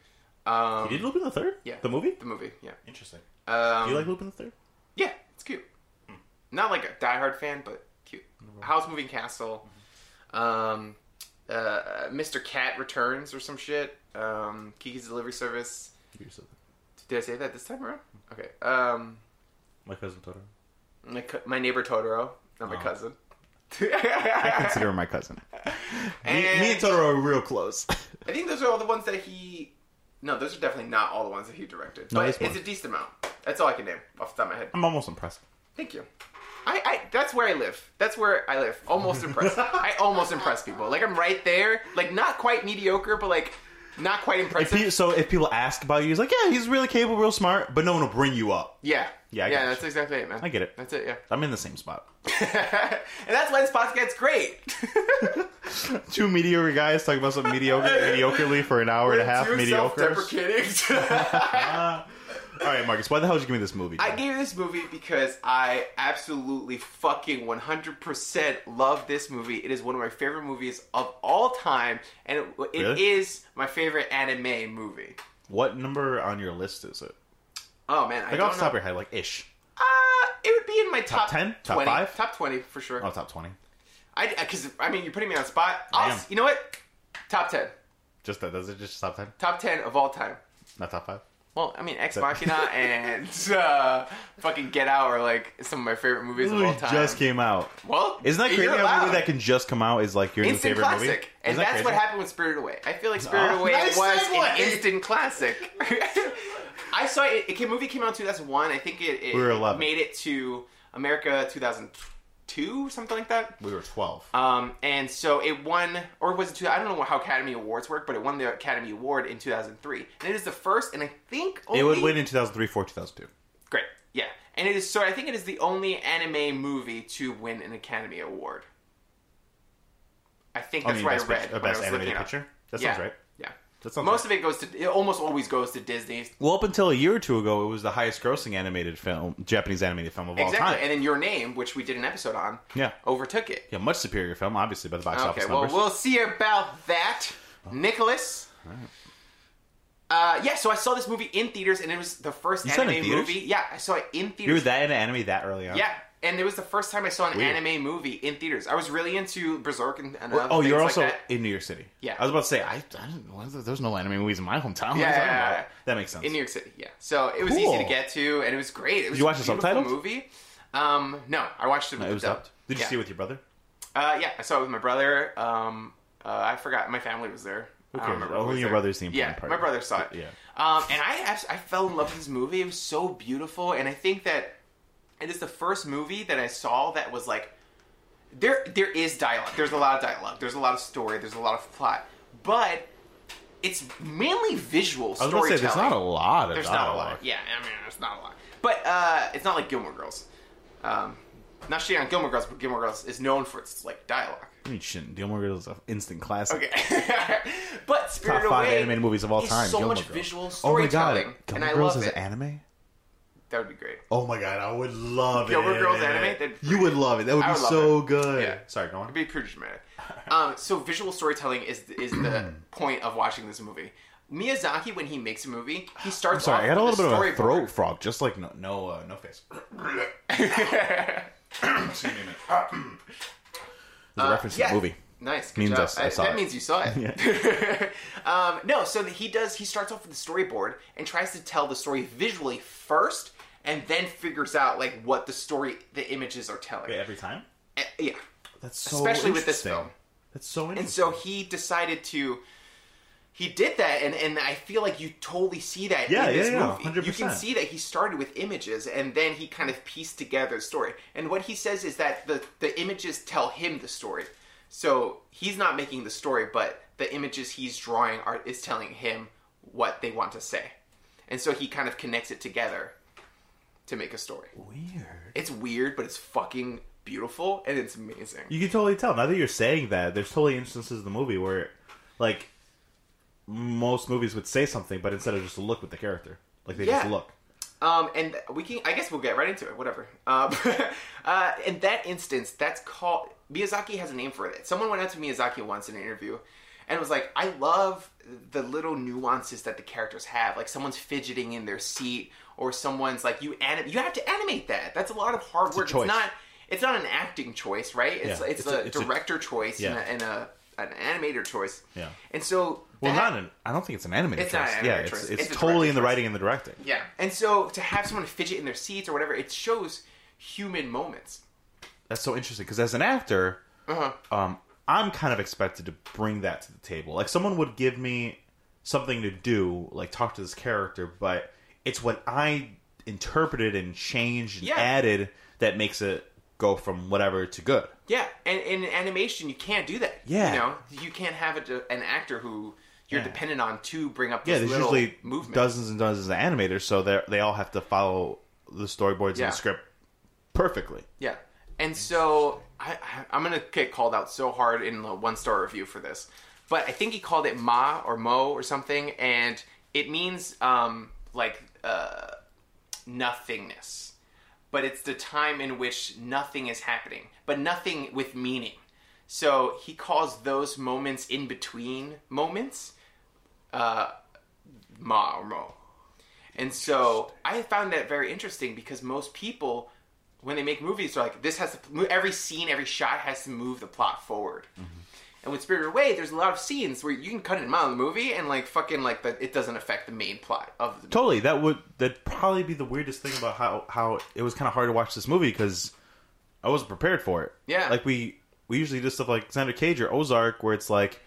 Speaker 1: Um,
Speaker 2: You did Lupin the Third?
Speaker 1: Yeah.
Speaker 2: The movie?
Speaker 1: the movie, yeah.
Speaker 2: Interesting.
Speaker 1: Um,
Speaker 2: Do you like Lupin the Third?
Speaker 1: Yeah, it's cute. Mm. Not like a diehard fan, but cute.
Speaker 2: Mm-hmm.
Speaker 1: House Moving Castle, um, uh, Mr. Cat Returns or some shit. Um, Kiki's Delivery Service.
Speaker 2: You said that.
Speaker 1: Did I say that this time around?
Speaker 2: Mm-hmm.
Speaker 1: Okay. Um,
Speaker 2: My cousin
Speaker 1: [LAUGHS]
Speaker 2: Totoro.
Speaker 1: my, co- my neighbor Totoro, not my
Speaker 2: Oh. [LAUGHS]
Speaker 1: cousin. [LAUGHS]
Speaker 2: Consider her my cousin. me,
Speaker 1: And-
Speaker 2: me and Totoro are real close. [LAUGHS]
Speaker 1: I think those are all the ones that he. No, those are definitely not all the ones that he directed.
Speaker 2: No,
Speaker 1: but
Speaker 2: this
Speaker 1: it's
Speaker 2: one.
Speaker 1: a decent amount. That's all I can name off the top of my head.
Speaker 2: I'm almost impressed.
Speaker 1: Thank you. I, I that's where I live. That's where I
Speaker 2: [LAUGHS]
Speaker 1: live. Almost impressed. I almost impress people. Like I'm right there. Like not quite mediocre, but like Not quite
Speaker 2: If
Speaker 1: impressive.
Speaker 2: pe- so if people ask about you, he's like, yeah, he's really capable, real smart, but no one will bring you up.
Speaker 1: yeah.
Speaker 2: Yeah, I
Speaker 1: yeah,
Speaker 2: got
Speaker 1: that's
Speaker 2: you.
Speaker 1: exactly it, man.
Speaker 2: I get it.
Speaker 1: That's it, yeah. [LAUGHS]
Speaker 2: I'm in the same spot.
Speaker 1: and that's why this podcast's great.
Speaker 2: [LAUGHS] Two mediocre guys talking about something [LAUGHS] mediocre, mediocrely for an hour and a
Speaker 1: [LAUGHS]
Speaker 2: half.
Speaker 1: Too
Speaker 2: Mediocre.
Speaker 1: self-deprecating.
Speaker 2: [LAUGHS]
Speaker 1: [LAUGHS]
Speaker 2: All right, Marcus, why the hell did you give me this movie?
Speaker 1: I gave this movie because I absolutely fucking 100% love this movie. It is one of my favorite movies of all time, and it, it
Speaker 2: Really?
Speaker 1: is my favorite anime movie.
Speaker 2: what number on your list is it?
Speaker 1: Oh man, I
Speaker 2: Like
Speaker 1: don't
Speaker 2: off the
Speaker 1: know.
Speaker 2: top of your head, like ish.
Speaker 1: Uh, it would be in my top,
Speaker 2: 10? Top
Speaker 1: 20,
Speaker 2: five?
Speaker 1: top 20 for sure.
Speaker 2: Oh, top twenty.
Speaker 1: I because I mean you're putting me on the spot.
Speaker 2: I
Speaker 1: I'll,
Speaker 2: am.
Speaker 1: s- you know what? Top 10,
Speaker 2: Just that. Does it just top ten?
Speaker 1: top 10 of all time.
Speaker 2: Not top five.
Speaker 1: Well, I mean, Ex
Speaker 2: [LAUGHS]
Speaker 1: Machina and uh, fucking Get Out are like some of my favorite movies of all time.
Speaker 2: just came out.
Speaker 1: Well,
Speaker 2: Isn't that
Speaker 1: you're
Speaker 2: crazy? How a
Speaker 1: allowed.
Speaker 2: movie that can just come out is like your new
Speaker 1: instant
Speaker 2: favorite
Speaker 1: classic.
Speaker 2: movie.
Speaker 1: And
Speaker 2: Isn't that
Speaker 1: that's what
Speaker 2: crazy?
Speaker 1: happened with Spirited Away. I feel like Spirited
Speaker 2: Ah. [LAUGHS]
Speaker 1: Away
Speaker 2: Nice
Speaker 1: was
Speaker 2: segue.
Speaker 1: an instant
Speaker 2: [LAUGHS]
Speaker 1: classic. I saw it. it came, movie came out in 2001. I think it, it,
Speaker 2: We were
Speaker 1: it
Speaker 2: 11.
Speaker 1: made it to America 2002, something like that.
Speaker 2: We were twelve.
Speaker 1: Um, and so it won, or was it two? I don't know how Academy Awards work, but it won the Academy Award in 2003. And it is the first, and I think only
Speaker 2: it would win in two thousand three, four, two thousand two.
Speaker 1: Great, yeah. And it is so. I think it is the only anime movie to win an Academy Award. I think that's what I
Speaker 2: best,
Speaker 1: read.
Speaker 2: picture, uh,
Speaker 1: when I
Speaker 2: best
Speaker 1: was
Speaker 2: animated
Speaker 1: looking up.
Speaker 2: picture. That
Speaker 1: yeah.
Speaker 2: sounds right.
Speaker 1: Yeah.
Speaker 2: That sounds
Speaker 1: Most
Speaker 2: right.
Speaker 1: of it goes to. It almost always goes to Disney.
Speaker 2: Well, up until a year or two ago, it was the highest grossing animated film, Japanese animated film of all
Speaker 1: Exactly.
Speaker 2: time.
Speaker 1: And then Your Name, which we did an episode on,
Speaker 2: yeah,
Speaker 1: overtook it.
Speaker 2: yeah, much superior film, obviously, by the box
Speaker 1: Okay.
Speaker 2: office
Speaker 1: Well,
Speaker 2: numbers.
Speaker 1: we'll see about that, Nicholas. Uh, yeah, so I saw this movie in theaters, and it was the first
Speaker 2: You saw it in
Speaker 1: anime
Speaker 2: theaters?
Speaker 1: movie. Yeah, I saw it in
Speaker 2: you were
Speaker 1: theaters.
Speaker 2: that into anime that early on.
Speaker 1: Yeah, and it was the first time I saw an
Speaker 2: Weird.
Speaker 1: anime movie in theaters. I was really into Berserk and, and other
Speaker 2: Oh, you're
Speaker 1: things
Speaker 2: also
Speaker 1: like that.
Speaker 2: in New York City.
Speaker 1: Yeah.
Speaker 2: I was about to say I, I didn't. why is there- There's no anime movies in my hometown. [LAUGHS] What are you
Speaker 1: Yeah,
Speaker 2: talking
Speaker 1: yeah,
Speaker 2: about?
Speaker 1: yeah.
Speaker 2: that makes sense.
Speaker 1: in New York City. Yeah, so it was
Speaker 2: Cool.
Speaker 1: easy to get to, and it was great. It was
Speaker 2: you watch
Speaker 1: a
Speaker 2: the
Speaker 1: beautiful
Speaker 2: subtitles?
Speaker 1: Movie. Um, no, I watched it with
Speaker 2: No, it
Speaker 1: the
Speaker 2: was
Speaker 1: dub.
Speaker 2: dubbed. Did you
Speaker 1: yeah.
Speaker 2: see it with your brother?
Speaker 1: Uh, yeah, I saw it with my brother. Um, uh, I forgot my family was there. I
Speaker 2: cares?
Speaker 1: don't remember who
Speaker 2: Only
Speaker 1: was
Speaker 2: your
Speaker 1: there.
Speaker 2: brother's the important
Speaker 1: yeah,
Speaker 2: part.
Speaker 1: My brother saw it.
Speaker 2: Yeah.
Speaker 1: Um, and I abs- I fell in love with this movie. It was so beautiful, and I think that it is the first movie that I saw that was like there there is dialogue. There's a lot of dialogue. There's a lot of story. There's a lot of plot, but it's mainly visual
Speaker 2: I was about
Speaker 1: storytelling.
Speaker 2: to say there's not a lot of
Speaker 1: There's not a
Speaker 2: dialogue.
Speaker 1: lot. Yeah, I mean, there's not a lot. But uh, it's not like Gilmore Girls. Um, not shitting on Gilmore Girls, but Gilmore Girls is known for its like dialogue.
Speaker 2: I mean, shit, Gilmore Girls is an instant classic.
Speaker 1: Okay, [LAUGHS] but Spirited
Speaker 2: Top five
Speaker 1: Away
Speaker 2: animated movies of all
Speaker 1: is
Speaker 2: time.
Speaker 1: So
Speaker 2: Gilmore
Speaker 1: much
Speaker 2: Girls.
Speaker 1: visual
Speaker 2: Oh my god,
Speaker 1: storytelling, and
Speaker 2: Gilmore
Speaker 1: I
Speaker 2: Girls
Speaker 1: love
Speaker 2: is
Speaker 1: it.
Speaker 2: anime.
Speaker 1: that would be great.
Speaker 2: Oh my god, I would love
Speaker 1: Gilmore
Speaker 2: it.
Speaker 1: Girls anime? That'd be
Speaker 2: You would love it. That would
Speaker 1: I
Speaker 2: be
Speaker 1: would love
Speaker 2: so good.
Speaker 1: Yeah.
Speaker 2: Sorry, go on.
Speaker 1: It'd be pretty
Speaker 2: [LAUGHS]
Speaker 1: dramatic. Um, so visual storytelling is is
Speaker 2: [CLEARS THROAT]
Speaker 1: the point of watching this movie. Miyazaki, when he makes a movie, he starts.
Speaker 2: I'm sorry,
Speaker 1: off
Speaker 2: I got a
Speaker 1: with
Speaker 2: little bit of a
Speaker 1: storyboard.
Speaker 2: throat frog, just like no, no, uh,
Speaker 1: [LAUGHS]
Speaker 2: no face. Excuse me. a minute. There's a reference
Speaker 1: Yeah.
Speaker 2: to the movie.
Speaker 1: Nice. Good
Speaker 2: Means
Speaker 1: job.
Speaker 2: us. I
Speaker 1: I-
Speaker 2: saw
Speaker 1: that
Speaker 2: it.
Speaker 1: means you saw it. [LAUGHS] um, no, so he does. He starts off with the storyboard and tries to tell the story visually first, and then figures out like what the story the images are telling.
Speaker 2: every time.
Speaker 1: Eh, yeah.
Speaker 2: That's so
Speaker 1: Especially with this
Speaker 2: interesting.
Speaker 1: film.
Speaker 2: That's so
Speaker 1: And
Speaker 2: interesting.
Speaker 1: so he decided to. He did that, and, and I feel like you totally see that
Speaker 2: Yeah,
Speaker 1: in this
Speaker 2: yeah, yeah,
Speaker 1: movie. You can
Speaker 2: 100%.
Speaker 1: see that he started with images, and then he kind of pieced together the story. And what he says is that the, the images tell him the story. So he's not making the story, but the images he's drawing are is telling him what they want to say. And so he kind of connects it together to make a story.
Speaker 2: weird.
Speaker 1: It's weird, but it's fucking beautiful, and it's amazing.
Speaker 2: You can totally tell. Now that you're saying that, there's totally instances of the movie where, like, most movies would say something, but instead of just look with the character, like they just
Speaker 1: Yeah.
Speaker 2: look.
Speaker 1: Um, and we can, I guess we'll get right into it, whatever. Um, [LAUGHS] uh, in that instance, that's called, Miyazaki has a name for it. Someone went out to Miyazaki once in an interview and was like, I love the little nuances that the characters have. Like someone's fidgeting in their seat or someone's like, you anim- you have to animate that. That's a lot of hard work.
Speaker 2: choice.
Speaker 1: It's not, it's not an acting choice, right? It's,
Speaker 2: Yeah.
Speaker 1: it's,
Speaker 2: It's
Speaker 1: a,
Speaker 2: a- it's a-
Speaker 1: director choice
Speaker 2: Yeah.
Speaker 1: and, a, and a, an animator choice.
Speaker 2: Yeah.
Speaker 1: And so.
Speaker 2: Well,
Speaker 1: that-
Speaker 2: not an. I don't think it's an animated
Speaker 1: It's
Speaker 2: choice.
Speaker 1: not an animated
Speaker 2: yeah, it's,
Speaker 1: choice.
Speaker 2: it's,
Speaker 1: It's a directed
Speaker 2: totally in the
Speaker 1: choice.
Speaker 2: writing and the directing.
Speaker 1: Yeah. And so to have someone fidget in their seats or whatever, it shows human moments.
Speaker 2: That's so interesting because as an actor,
Speaker 1: Uh-huh.
Speaker 2: um, I'm kind of expected to bring that to the table. Like someone would give me something to do, like talk to this character, but it's what I interpreted and changed and
Speaker 1: Yeah.
Speaker 2: added that makes it go from whatever to good.
Speaker 1: Yeah. And in animation, you can't do that.
Speaker 2: Yeah.
Speaker 1: You know, you can't have a, an actor who you're
Speaker 2: Yeah.
Speaker 1: dependent on to bring up this
Speaker 2: Yeah, there's
Speaker 1: little
Speaker 2: usually
Speaker 1: movement.
Speaker 2: dozens and dozens of animators, so they they all have to follow the storyboards
Speaker 1: Yeah.
Speaker 2: and the script perfectly.
Speaker 1: Yeah, and so I, I, I'm gonna get called out so hard in the one star review for this, but I think he called it ma or mo or something, and it means um, like uh, nothingness, but it's the time in which nothing is happening, but nothing with meaning. So he calls those moments in between moments uh, ma or mo. And so I found that very interesting because most people, when they make movies, are like, this has to, mo- every scene, every shot has to move the plot forward. And with Spirited Away, there't a lot of scenes where you can cut them out of the movie and like fucking like the, it doesn't affect the main plot of the
Speaker 2: Totally, that would that probably be the weirdest thing about how how it was kind of hard to watch this movie because I wasn't prepared for it.
Speaker 1: Yeah.
Speaker 2: like we we usually do stuff like Xander Cage or Ozark, where it's like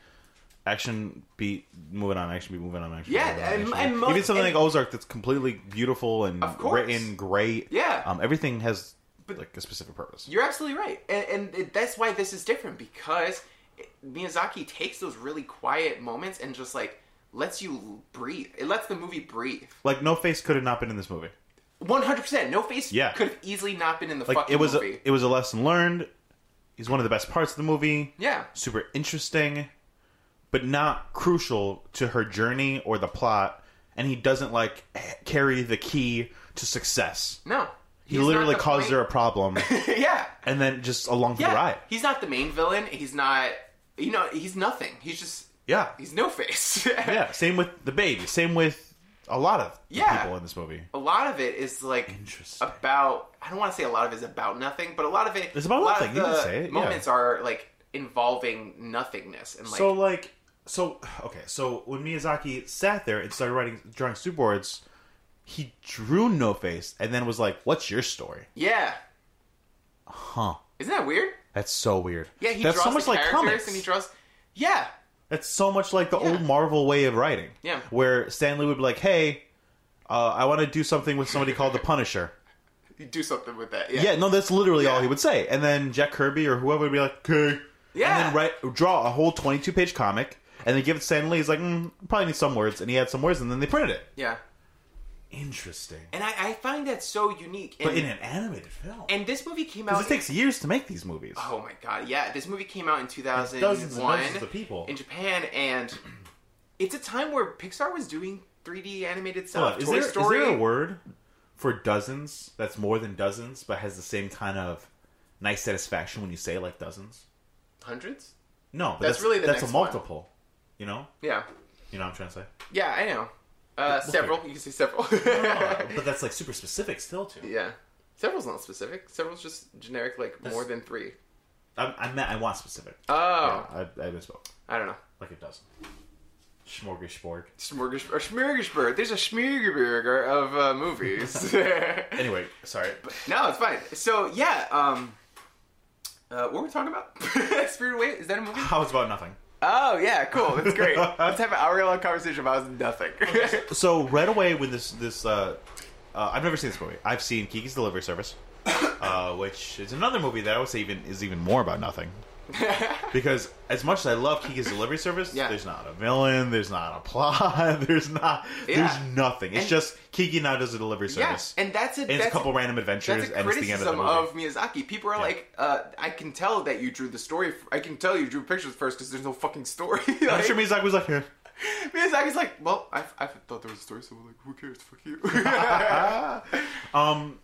Speaker 2: action beat moving on action beat moving on action. beat,
Speaker 1: Yeah, and-
Speaker 2: moving on, action
Speaker 1: and
Speaker 2: beat.
Speaker 1: most-
Speaker 2: even something
Speaker 1: and-
Speaker 2: like Ozark that's completely beautiful and
Speaker 1: Of course.
Speaker 2: written great.
Speaker 1: Yeah.
Speaker 2: um, everything has
Speaker 1: But-
Speaker 2: like a specific purpose.
Speaker 1: You're absolutely right, and, and it, that's why this is different because it- Miyazaki takes those really quiet moments and just like lets you breathe. It lets the movie breathe.
Speaker 2: Like No Face could have not been in this movie.
Speaker 1: One hundred percent. No face.
Speaker 2: Yeah.
Speaker 1: could have easily not been in the
Speaker 2: Like
Speaker 1: fucking
Speaker 2: it was
Speaker 1: movie.
Speaker 2: a, it was a lesson learned. He's one of the best parts of the movie.
Speaker 1: yeah,
Speaker 2: super interesting, but not crucial to her journey or the plot. And he doesn't like h- carry the key to success.
Speaker 1: no.
Speaker 2: He literally caused her
Speaker 1: her [LAUGHS]
Speaker 2: a problem,
Speaker 1: a yeah,
Speaker 2: and then just along for
Speaker 1: yeah.
Speaker 2: the ride.
Speaker 1: He's not the main villain. He's not. You know, he's nothing. He's just.
Speaker 2: Yeah,
Speaker 1: He's no face. [LAUGHS]
Speaker 2: yeah. Same with the baby. Same with a lot of the
Speaker 1: Yeah.
Speaker 2: people in this movie.
Speaker 1: A lot of it is like
Speaker 2: Interesting.
Speaker 1: about. I don't want to say a lot of it is about nothing, but a lot of it.
Speaker 2: It's about
Speaker 1: a lot
Speaker 2: nothing,
Speaker 1: of
Speaker 2: you can
Speaker 1: the
Speaker 2: say it, yeah.
Speaker 1: Moments are like involving nothingness and like.
Speaker 2: so like so okay so when miyazaki sat there and started writing drawing storyboards he drew no face and then was like what's your story
Speaker 1: yeah,
Speaker 2: huh
Speaker 1: isn't that weird?
Speaker 2: that's so weird
Speaker 1: Yeah, he
Speaker 2: that's
Speaker 1: draws
Speaker 2: so much
Speaker 1: the
Speaker 2: like
Speaker 1: characters
Speaker 2: comics
Speaker 1: and he draws. Yeah,
Speaker 2: That's so much like the
Speaker 1: Yeah.
Speaker 2: old Marvel way of writing.
Speaker 1: Yeah.
Speaker 2: Where Stanley would be like, hey, uh, I want to do something with somebody called the Punisher.
Speaker 1: you do something with that.
Speaker 2: Yeah, no, that's literally all
Speaker 1: Yeah.
Speaker 2: he would say. And then Jack Kirby or whoever would be like, okay.
Speaker 1: Yeah.
Speaker 2: And then write, draw a whole 22 page comic and then give it to Stan Lee. He's like, mm, probably need some words. And he had some words and then they printed it.
Speaker 1: yeah.
Speaker 2: Interesting.
Speaker 1: And I, I find that so unique. And,
Speaker 2: But in an animated film.
Speaker 1: and this movie came out.
Speaker 2: Because it takes years to make these movies.
Speaker 1: Oh my god, yeah. This movie came out in 2001
Speaker 2: dozens and dozens of people.
Speaker 1: in Japan and it's a time where Pixar was doing 3D animated stuff.
Speaker 2: Hold on, is,
Speaker 1: Toy
Speaker 2: there, is
Speaker 1: Story.
Speaker 2: there a word for dozens that's more than dozens but has the same kind of nice satisfaction when you say like dozens?
Speaker 1: Hundreds?
Speaker 2: No, but
Speaker 1: That's
Speaker 2: that's,
Speaker 1: really the
Speaker 2: that's
Speaker 1: next
Speaker 2: a multiple. You know,
Speaker 1: Yeah.
Speaker 2: you know what I'm trying to
Speaker 1: [LAUGHS]
Speaker 2: say.
Speaker 1: Yeah, I know. Uh,
Speaker 2: We'll
Speaker 1: several. You can say several.
Speaker 2: Uh, but that's like super specific still
Speaker 1: [LAUGHS]
Speaker 2: too.
Speaker 1: yeah. Several's not specific. Several's just generic, like more than three.
Speaker 2: I, I meant I want specific.
Speaker 1: Oh,
Speaker 2: Yeah, I, I misspoke.
Speaker 1: I don't know.
Speaker 2: Like a dozen. Smorgasbord.
Speaker 1: Smorgas- or Smorgasbord. There's a Smorgasburger of uh,
Speaker 2: [LAUGHS]
Speaker 1: movies. [LAUGHS]
Speaker 2: Anyway, sorry.
Speaker 1: No, it's fine. So yeah, um, uh, what were we talking about? [LAUGHS] Spirit Away? Is that a movie?
Speaker 2: How was about nothing?
Speaker 1: Oh yeah, cool. That's
Speaker 2: [LAUGHS]
Speaker 1: great. Let's have an hour-long conversation about nothing.
Speaker 2: So right away when this this uh, uh, I've never seen this movie. I've seen Kiki's
Speaker 1: [LAUGHS]
Speaker 2: Delivery Service, uh, which is another movie that I would say even is even more about nothing. Because as much as I love Kiki's Delivery Service,
Speaker 1: Yeah.
Speaker 2: there's not a villain, there's not a plot, [LAUGHS] there's not
Speaker 1: Yeah.
Speaker 2: there's nothing. It's
Speaker 1: And-
Speaker 2: just Kiki now does a delivery
Speaker 1: [LAUGHS] yeah,
Speaker 2: service.
Speaker 1: and that's it.
Speaker 2: And it's
Speaker 1: That's
Speaker 2: a couple random
Speaker 1: That's
Speaker 2: adventures,
Speaker 1: a
Speaker 2: and it's the end of the
Speaker 1: criticism
Speaker 2: movie.
Speaker 1: of Miyazaki. People are like, uh, I can tell that you drew the story. f- I can tell you drew pictures first because there's no fucking story. [LAUGHS]
Speaker 2: I'm
Speaker 1: like,
Speaker 2: sure Miyazaki was like, "Eh."
Speaker 1: Miyazaki's like, well, I, I thought there was a story, so like, who cares? Fuck
Speaker 2: [LAUGHS]
Speaker 1: you.
Speaker 2: um,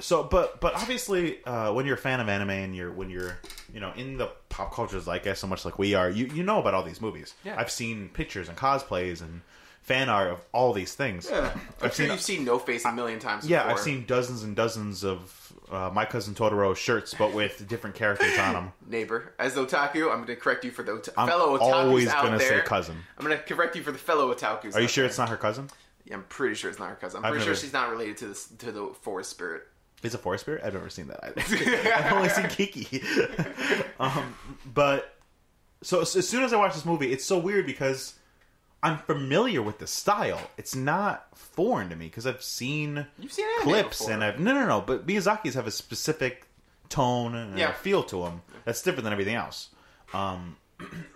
Speaker 2: so but but obviously uh, when you're a fan of anime and you're when you're you know in the pop culture zeitgeist so much like we are, you you know about all these movies.
Speaker 1: Yeah.
Speaker 2: I've seen pictures and cosplays and fan art of all these things.
Speaker 1: yeah. I'm
Speaker 2: I've
Speaker 1: sure
Speaker 2: seen
Speaker 1: you've seen No Face a million times.
Speaker 2: Yeah, I've
Speaker 1: before.
Speaker 2: seen dozens and dozens of uh, my cousin Totoro shirts, but with different characters on them.
Speaker 1: neighbor as otaku. I'm going to correct you for the ota-
Speaker 2: I'm
Speaker 1: fellow otakus
Speaker 2: always
Speaker 1: out
Speaker 2: gonna
Speaker 1: there.
Speaker 2: say cousin.
Speaker 1: I'm going to correct you for the fellow otakus.
Speaker 2: Are you
Speaker 1: out
Speaker 2: sure
Speaker 1: there.
Speaker 2: it's not her cousin?
Speaker 1: Yeah, I'm pretty sure it's not her cousin. I'm
Speaker 2: I've
Speaker 1: pretty
Speaker 2: never-
Speaker 1: sure she's not related to this to the forest spirit.
Speaker 2: Is it forest spirit? I've never seen that either. I've only seen Kiki. [LAUGHS] um, but so as as soon as I watch this movie, it's so weird because I'm familiar with the style. It's not foreign to me because I've seen
Speaker 1: You've seen anime
Speaker 2: clips
Speaker 1: before.
Speaker 2: and I've no no no. But Miyazaki's have a specific tone and
Speaker 1: Yeah.
Speaker 2: a feel to them [CLEARS THROAT] that's different than everything else. Um,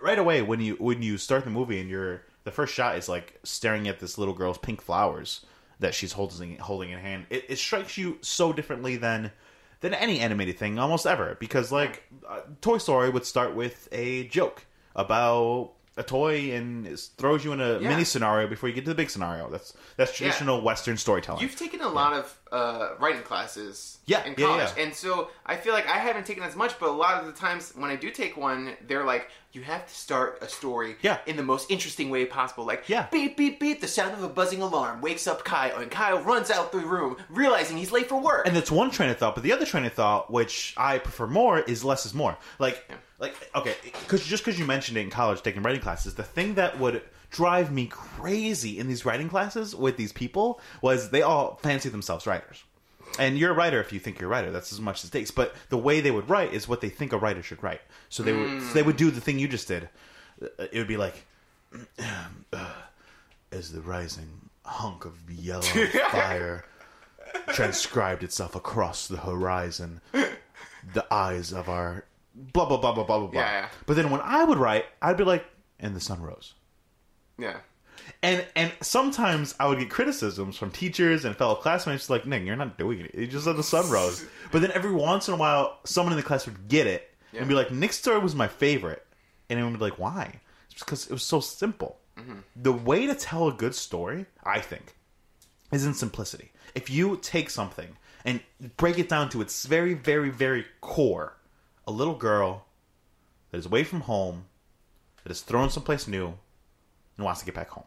Speaker 2: right away when you when you start the movie and you're the first shot is like staring at this little girl's pink flowers that she's holding holding in hand. It, it strikes you so differently than than any animated thing almost ever because like uh, Toy Story would start with a joke about a toy and it throws you in a
Speaker 1: Yeah.
Speaker 2: mini scenario before you get to the big scenario. That's that's traditional Western storytelling.
Speaker 1: You've taken a lot of uh, writing classes
Speaker 2: Yeah,
Speaker 1: in
Speaker 2: yeah,
Speaker 1: college.
Speaker 2: yeah.
Speaker 1: And so I feel like I haven't taken as much, but a lot of the times when I do take one, they're like, you have to start a story
Speaker 2: Yeah.
Speaker 1: in the most interesting way possible. Like,
Speaker 2: Yeah.
Speaker 1: beep, beep, beep, the sound of a buzzing alarm wakes up Kyle, and Kyle runs out the room, realizing he's late for work.
Speaker 2: and that's one train of thought but the other train of thought which i prefer more is less is more like like okay because just because you mentioned it in college taking writing classes the thing that would drive me crazy in these writing classes with these people was they all fancy themselves writers and you're a writer if you think you're a writer that's as much as it takes but the way they would write is what they think a writer should write so they would so they would do the thing you just did Uh, it would be like as the rising hunk of
Speaker 1: [LAUGHS]
Speaker 2: yellow fire transcribed itself across the horizon, the eyes of our blah blah blah blah blah blah. blah.
Speaker 1: Yeah, yeah.
Speaker 2: But then when I would write, I'd be like, and the sun rose.
Speaker 1: yeah.
Speaker 2: And and sometimes I would get criticisms from teachers and fellow classmates like, Nick, you're not doing it. You just said the sun rose. But then every once in a while, someone in the class would get it
Speaker 1: Yeah.
Speaker 2: and be like, Nick's story was my favorite. And everyone would be like, why? It's because it was so simple. The way to tell a good story, I think, is in simplicity. If you take something and break it down to its very, very, very core, a little girl that is away from home, that is thrown someplace new, and wants to get back home.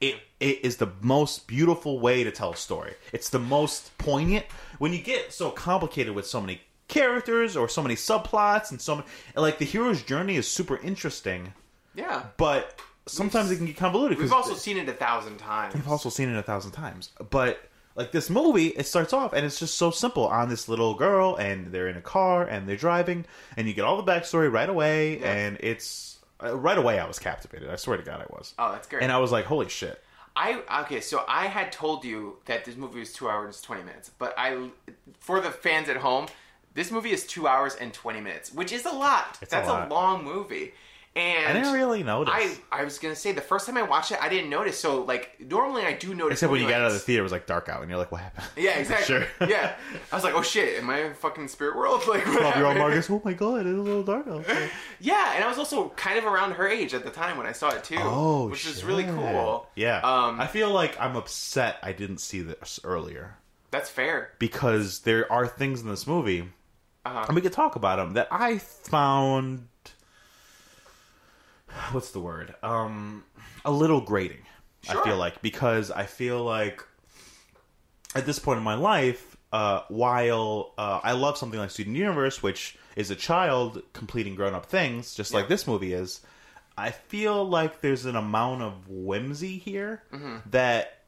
Speaker 2: It, it is the most beautiful way to tell a story. It's the most poignant. When you get so complicated with so many characters or so many subplots and so many, like the hero's journey is super interesting,
Speaker 1: Yeah.
Speaker 2: but sometimes it can get convoluted. 'cause
Speaker 1: We've also seen it a thousand times.
Speaker 2: I've also seen it a thousand times. But like this movie, it starts off and it's just so simple on this little girl and they're in a car and they're driving and you get all the backstory right away and it's uh, right away I was captivated. I swear to God I was.
Speaker 1: Oh, that's great.
Speaker 2: And I was like, holy shit.
Speaker 1: I okay, so I had told you that this movie was two hours and twenty minutes, but I, for the fans at home, this movie is two hours and twenty minutes, which is a lot.
Speaker 2: It's a
Speaker 1: That's a,
Speaker 2: lot.
Speaker 1: long movie, and
Speaker 2: I didn't really notice.
Speaker 1: I I was gonna say the first time I watched it, I didn't notice. So like normally I do notice.
Speaker 2: Except when you
Speaker 1: movie
Speaker 2: got out of the
Speaker 1: lengths.
Speaker 2: theater, it was like dark out and you're like, what happened?
Speaker 1: [LAUGHS] yeah, exactly. [LAUGHS]
Speaker 2: Sure.
Speaker 1: yeah, I was like, oh shit, am I in fucking spirit world? [LAUGHS] Like, what
Speaker 2: Twelve year old
Speaker 1: happened?
Speaker 2: Marcus, oh my god, it's a little dark out.
Speaker 1: [LAUGHS]
Speaker 2: there."
Speaker 1: Yeah, and I was also kind of around her age at the time when I saw it too,
Speaker 2: Oh,
Speaker 1: which
Speaker 2: shit.
Speaker 1: is really cool.
Speaker 2: Yeah,
Speaker 1: um,
Speaker 2: I feel like I'm upset I didn't see this earlier.
Speaker 1: that's fair.
Speaker 2: because there are things in this movie,
Speaker 1: Uh-huh.
Speaker 2: and we could talk about them that I found. What's the word? Um, a little grating. I
Speaker 1: Sure.
Speaker 2: feel like because I feel like at this point in my life, uh, while uh, I love something like Student Universe, which is a child completing grown up things, just like this movie is, I feel like there's an amount of whimsy here
Speaker 1: Mm-hmm.
Speaker 2: that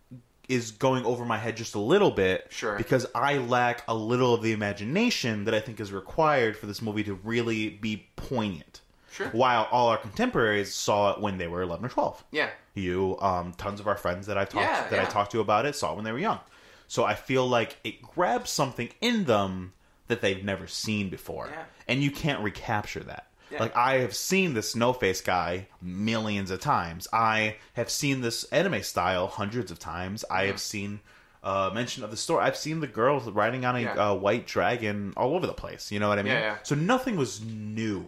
Speaker 2: is going over my head just a little bit.
Speaker 1: Sure.
Speaker 2: Because I lack a little of the imagination that I think is required for this movie to really be poignant.
Speaker 1: Sure.
Speaker 2: While all our contemporaries saw it when they were 11 or 12
Speaker 1: Yeah,
Speaker 2: you um, tons of our friends that i talked
Speaker 1: Yeah,
Speaker 2: that i
Speaker 1: yeah.
Speaker 2: talked to about it saw it when they were young so i feel like it grabs something in them that they've never seen before
Speaker 1: Yeah.
Speaker 2: and you can't recapture that
Speaker 1: Yeah.
Speaker 2: like i have seen this snowface guy millions of times i have seen this anime style hundreds of times i have seen uh, mention of the story i've seen the girls riding on a
Speaker 1: Yeah.
Speaker 2: uh, white dragon all over the place you know what i mean
Speaker 1: Yeah, yeah.
Speaker 2: so nothing was new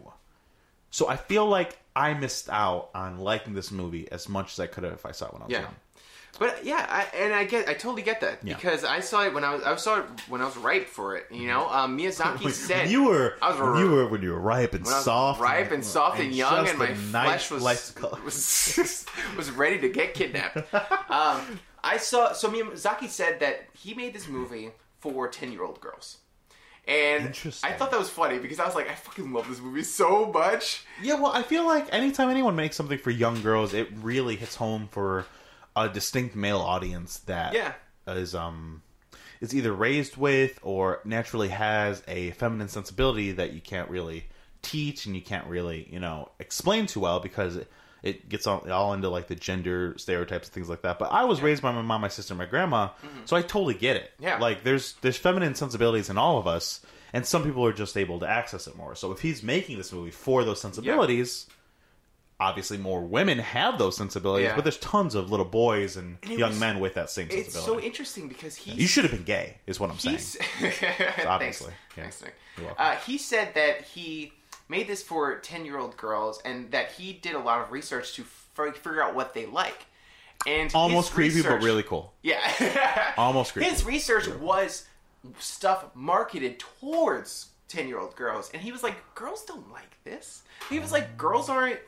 Speaker 2: so I feel like I missed out on liking this movie as much as I could have if I saw it when I was
Speaker 1: Yeah.
Speaker 2: young.
Speaker 1: But yeah, I, and I get, I totally get that
Speaker 2: Yeah.
Speaker 1: because I saw it when I was, I saw it when I was ripe for it. You know, um, Miyazaki
Speaker 2: Mm-hmm. [LAUGHS] When-
Speaker 1: said
Speaker 2: when you were,
Speaker 1: I was
Speaker 2: when
Speaker 1: r-
Speaker 2: you were when you were ripe and
Speaker 1: when I was
Speaker 2: soft,
Speaker 1: ripe and soft, and young,
Speaker 2: just
Speaker 1: and my
Speaker 2: a nice
Speaker 1: flesh was
Speaker 2: light color.
Speaker 1: [LAUGHS] was was ready to get
Speaker 2: [LAUGHS]
Speaker 1: kidnapped. um, I saw so Miyazaki said that he made this movie for ten year old girls. And
Speaker 2: Interesting.
Speaker 1: I thought that was funny because I was like, I fucking love this movie so much.
Speaker 2: Yeah, well, I feel like anytime anyone makes something for young girls, it really hits home for a distinct male audience that
Speaker 1: Yeah.
Speaker 2: is um is either raised with or naturally has a feminine sensibility that you can't really teach and you can't really you know explain too well because it, it gets all, all into like the gender stereotypes and things like that. But I was raised by my mom, my sister, and my grandma, so I totally get it.
Speaker 1: Mm-hmm. Yeah.
Speaker 2: like there's there's feminine sensibilities in all of us. And some people are just able to access it more. So if he's making this movie for those sensibilities, obviously more women have those sensibilities,
Speaker 1: Yeah.
Speaker 2: but there's tons of little boys and
Speaker 1: it
Speaker 2: young
Speaker 1: was-
Speaker 2: men with that same
Speaker 1: It's so
Speaker 2: sensibility.
Speaker 1: interesting because he
Speaker 2: you should have been gay, is what I'm saying.
Speaker 1: He's [LAUGHS]
Speaker 2: Obviously.
Speaker 1: Thanks.
Speaker 2: Yeah.
Speaker 1: Thanks, Nick.
Speaker 2: You're welcome.
Speaker 1: Uh, he said that he made this for ten-year-old girls, and that he did a lot of research to f- figure out what they like. And
Speaker 2: Almost
Speaker 1: his
Speaker 2: creepy,
Speaker 1: research-
Speaker 2: but really cool.
Speaker 1: yeah. [LAUGHS]
Speaker 2: Almost creepy.
Speaker 1: His research was stuff marketed towards ten-year-old girls, and he was like, "Girls don't like this." He was like, "Girls aren't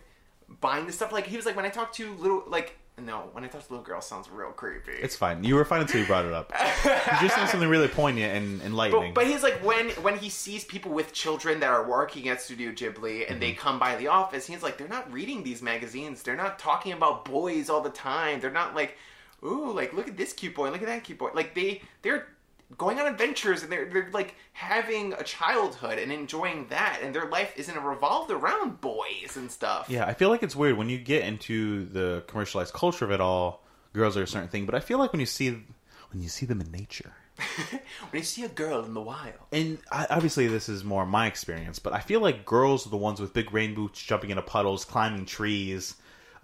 Speaker 1: buying this stuff." Like he was like, "When I talk to little like." No, when I talk to little girls, sounds real creepy.
Speaker 2: It's fine. You were fine until you brought it up. you just said something really poignant and enlightening.
Speaker 1: But, but he's like when when he sees people with children that are working at Studio Ghibli and they come by the office, he's like, they're not reading these magazines. They're not talking about boys all the time. They're not like, ooh, like look at this cute boy, look at that cute boy. Like they they're going on adventures and they're they're like having a childhood and enjoying that, and their life isn't revolved around boys and stuff.
Speaker 2: yeah, I feel like it's weird when you get into the commercialized culture of it all. Girls are a certain thing, but I feel like when you see when you see them in nature,
Speaker 1: When you see a girl in the wild,
Speaker 2: and I, obviously this is more my experience, but I feel like girls are the ones with big rain boots, jumping into puddles, climbing trees,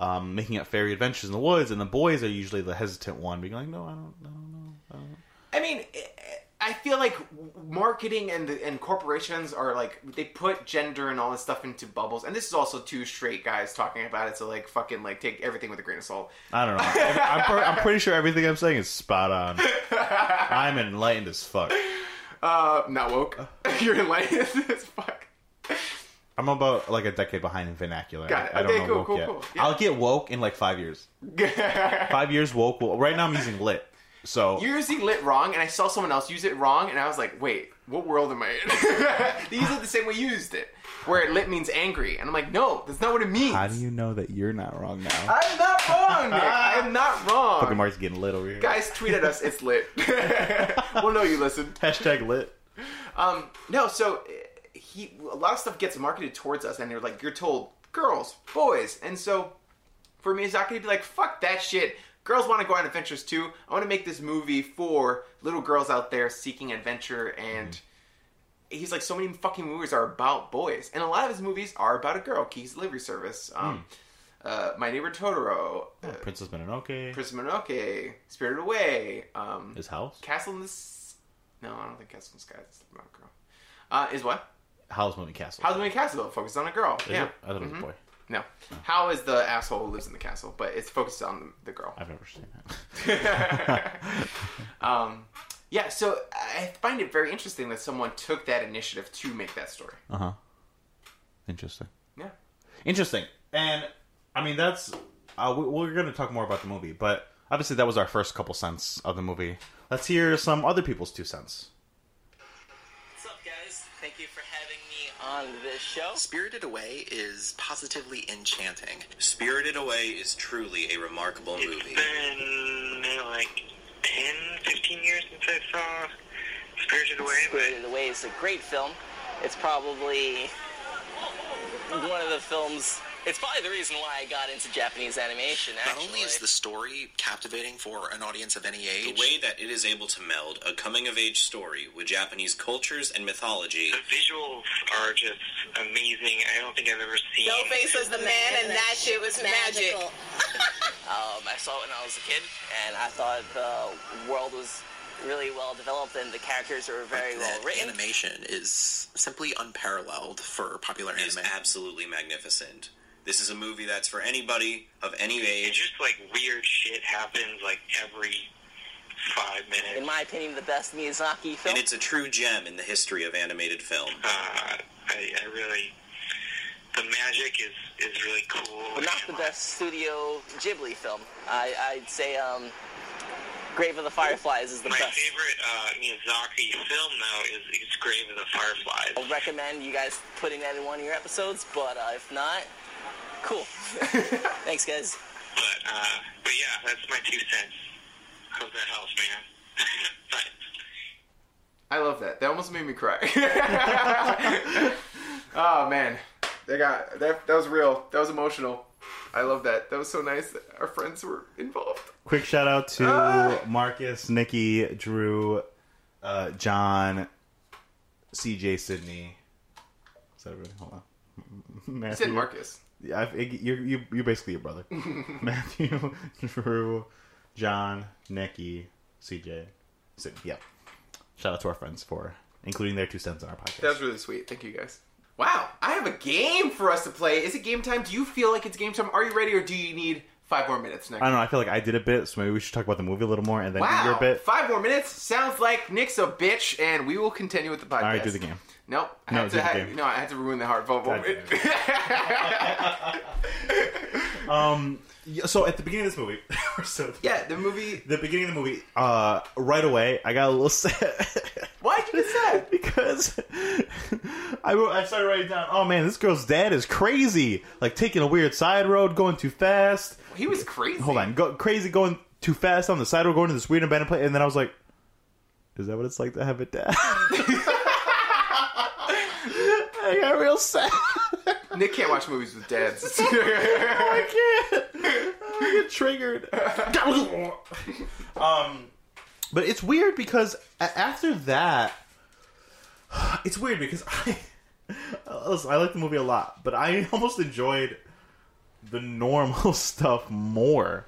Speaker 2: um, making up fairy adventures in the woods, and the boys are usually the hesitant one, being like, "No, I don't, I don't know." I don't know."
Speaker 1: I mean, eh, I feel like marketing and and corporations are like they put gender and all this stuff into bubbles, and this is also two straight guys talking about it. So like, fucking like take everything with a grain of salt.
Speaker 2: I don't know. I'm, per- I'm pretty sure everything I'm saying is spot on. I'm enlightened as fuck.
Speaker 1: Uh, not woke. [LAUGHS] You're enlightened as fuck. [LAUGHS]
Speaker 2: I'm about like a decade behind in vernacular.
Speaker 1: Got it.
Speaker 2: I, I don't
Speaker 1: Okay,
Speaker 2: know
Speaker 1: cool,
Speaker 2: woke
Speaker 1: cool,
Speaker 2: yet.
Speaker 1: cool. Yeah.
Speaker 2: I'll get woke in like five years. Five years woke. Will- right now I'm using lit. So
Speaker 1: You're using lit wrong, and I saw someone else use it wrong, and I was like, wait, what world am I in? [LAUGHS] they use it the same way you used it, where lit means angry, and I'm like, no, that's not what it means.
Speaker 2: how do you know that you're not wrong now?
Speaker 1: I'm not wrong,
Speaker 2: [LAUGHS]
Speaker 1: Nick. I'm not wrong.
Speaker 2: Fucking Mark's getting lit over here.
Speaker 1: Guys, tweet at us. It's lit. [LAUGHS] we'll know you listened.
Speaker 2: Hashtag lit.
Speaker 1: Um, no, so uh, he a lot of stuff gets marketed towards us, and you're like, you're told girls, boys, and so for Miyazaki to be like, fuck that shit. Girls want to go on adventures too. I want to make this movie for little girls out there seeking adventure, and he's like, so many fucking movies are about boys, and a lot of his movies are about a girl. Keys Delivery Service, um, uh, My Neighbor Totoro, uh,
Speaker 2: Princess Mononoke.
Speaker 1: Prison Mononoke, Spirited Away, um,
Speaker 2: his house.
Speaker 1: Castle in the S- No, I don't think Castle in the Sky is about a girl. Uh, is what?
Speaker 2: House moving castle.
Speaker 1: How's Moving Castle focused on a girl?
Speaker 2: Is
Speaker 1: Yeah.
Speaker 2: it? Uh, I thought it was a boy.
Speaker 1: No. How is the asshole who lives in the castle? But it's focused on the, the girl.
Speaker 2: I've never seen that.
Speaker 1: Um, yeah, so I find it very interesting that someone took that initiative to make that story.
Speaker 2: Uh huh. Interesting.
Speaker 1: Yeah.
Speaker 2: Interesting. And I mean, that's uh, we, we're going to talk more about the movie, but obviously that was our first couple cents of the movie. Let's hear some other people's two cents.
Speaker 4: What's up, guys? Thank you for having me on this show.
Speaker 5: Spirited Away is positively enchanting. Spirited Away is truly a remarkable
Speaker 3: It's
Speaker 5: movie.
Speaker 3: been uh, like 10, 15 years since I saw Spirited Away, but
Speaker 4: Spirited Away is a great film. It's probably one of the films. It's probably the reason why I got into Japanese animation.
Speaker 5: Not
Speaker 4: Actually,
Speaker 5: only is the story captivating for an audience of any
Speaker 6: The
Speaker 5: age,
Speaker 6: way that it is able to meld a coming of age story with Japanese cultures and mythology
Speaker 3: the visuals are just amazing. I don't think I've ever seen.
Speaker 7: No Face was the man, and that shit was magic.
Speaker 4: um, I saw it when I was a kid, and I thought the world was really well developed, and the characters were very well
Speaker 5: that
Speaker 4: written.
Speaker 5: animation is simply unparalleled for popular
Speaker 6: is
Speaker 5: anime.
Speaker 6: absolutely magnificent. This is a movie that's for anybody of any
Speaker 3: It
Speaker 6: age.
Speaker 3: just like weird shit happens like every five
Speaker 4: In
Speaker 3: minutes.
Speaker 4: my opinion, the best Miyazaki film.
Speaker 6: And it's a true gem in the history of animated film.
Speaker 3: Uh, I, I really, the magic is is really cool.
Speaker 4: but not the
Speaker 3: And,
Speaker 4: best Studio Ghibli film. I, I'd say um, Grave of the Fireflies is the
Speaker 3: My
Speaker 4: best.
Speaker 3: favorite uh, Miyazaki film, though, is, is Grave of the Fireflies.
Speaker 4: I'll recommend you guys putting that in one of your episodes, but uh, if not, cool. Thanks, guys.
Speaker 3: But, uh, but yeah, that's my two cents. Hope that helps, man. [LAUGHS] Bye.
Speaker 1: I love that. That almost made me cry. oh man, they got that. That was real. That was emotional. I love that. That was so nice. That our friends were involved.
Speaker 2: Quick shout out to Marcus, Nikki, Drew, uh, John, CJ, Sydney. Is that everybody? Hold on. [LAUGHS]
Speaker 1: He said
Speaker 2: Matthew.
Speaker 1: Marcus.
Speaker 2: Yeah, I, you're, you, you're basically
Speaker 1: [LAUGHS]
Speaker 2: your brother. Matthew, Drew, John, Nicky, CJ. So, yeah. Shout out to our friends for including their two cents in our podcast.
Speaker 1: That was really sweet. Thank you guys. Wow, I have a game for us to play. Is it game time? Do you feel like it's game time? Are you ready, or do you need five more minutes, Nick?
Speaker 2: I don't know. I feel like I did a bit, so maybe we should talk about the movie a little more and then do
Speaker 1: Wow,
Speaker 2: your bit.
Speaker 1: five more minutes sounds like Nick's a bitch, and we will continue with the podcast.
Speaker 2: All right, do the game.
Speaker 1: Nope. I
Speaker 2: No,
Speaker 1: had
Speaker 2: do
Speaker 1: to,
Speaker 2: the
Speaker 1: I-
Speaker 2: game.
Speaker 1: No, I had to ruin the heart vocal.
Speaker 2: God Um, yeah, so at the beginning of this movie, [LAUGHS] we're so
Speaker 1: [LAUGHS] yeah, the movie.
Speaker 2: the beginning of the movie, uh, right away, I got a little [LAUGHS] sad.
Speaker 1: Why'd you get sad?
Speaker 2: because I, wrote- I started writing down, oh man, this girl's dad is crazy. Like taking a weird side road, going too fast.
Speaker 1: He was crazy.
Speaker 2: Hold on, go, crazy going too fast on the side road, going to this weird abandoned place. And then I was like, is that what it's like to have a dad? [LAUGHS] I got real sad.
Speaker 1: Nick can't watch movies with
Speaker 2: [LAUGHS]
Speaker 1: dads.
Speaker 2: I can't. I get triggered. um, but it's weird because a- after that, [SIGHS] it's weird because [LAUGHS] I listen, I like the movie a lot, but I [LAUGHS] almost enjoyed the normal [LAUGHS] stuff more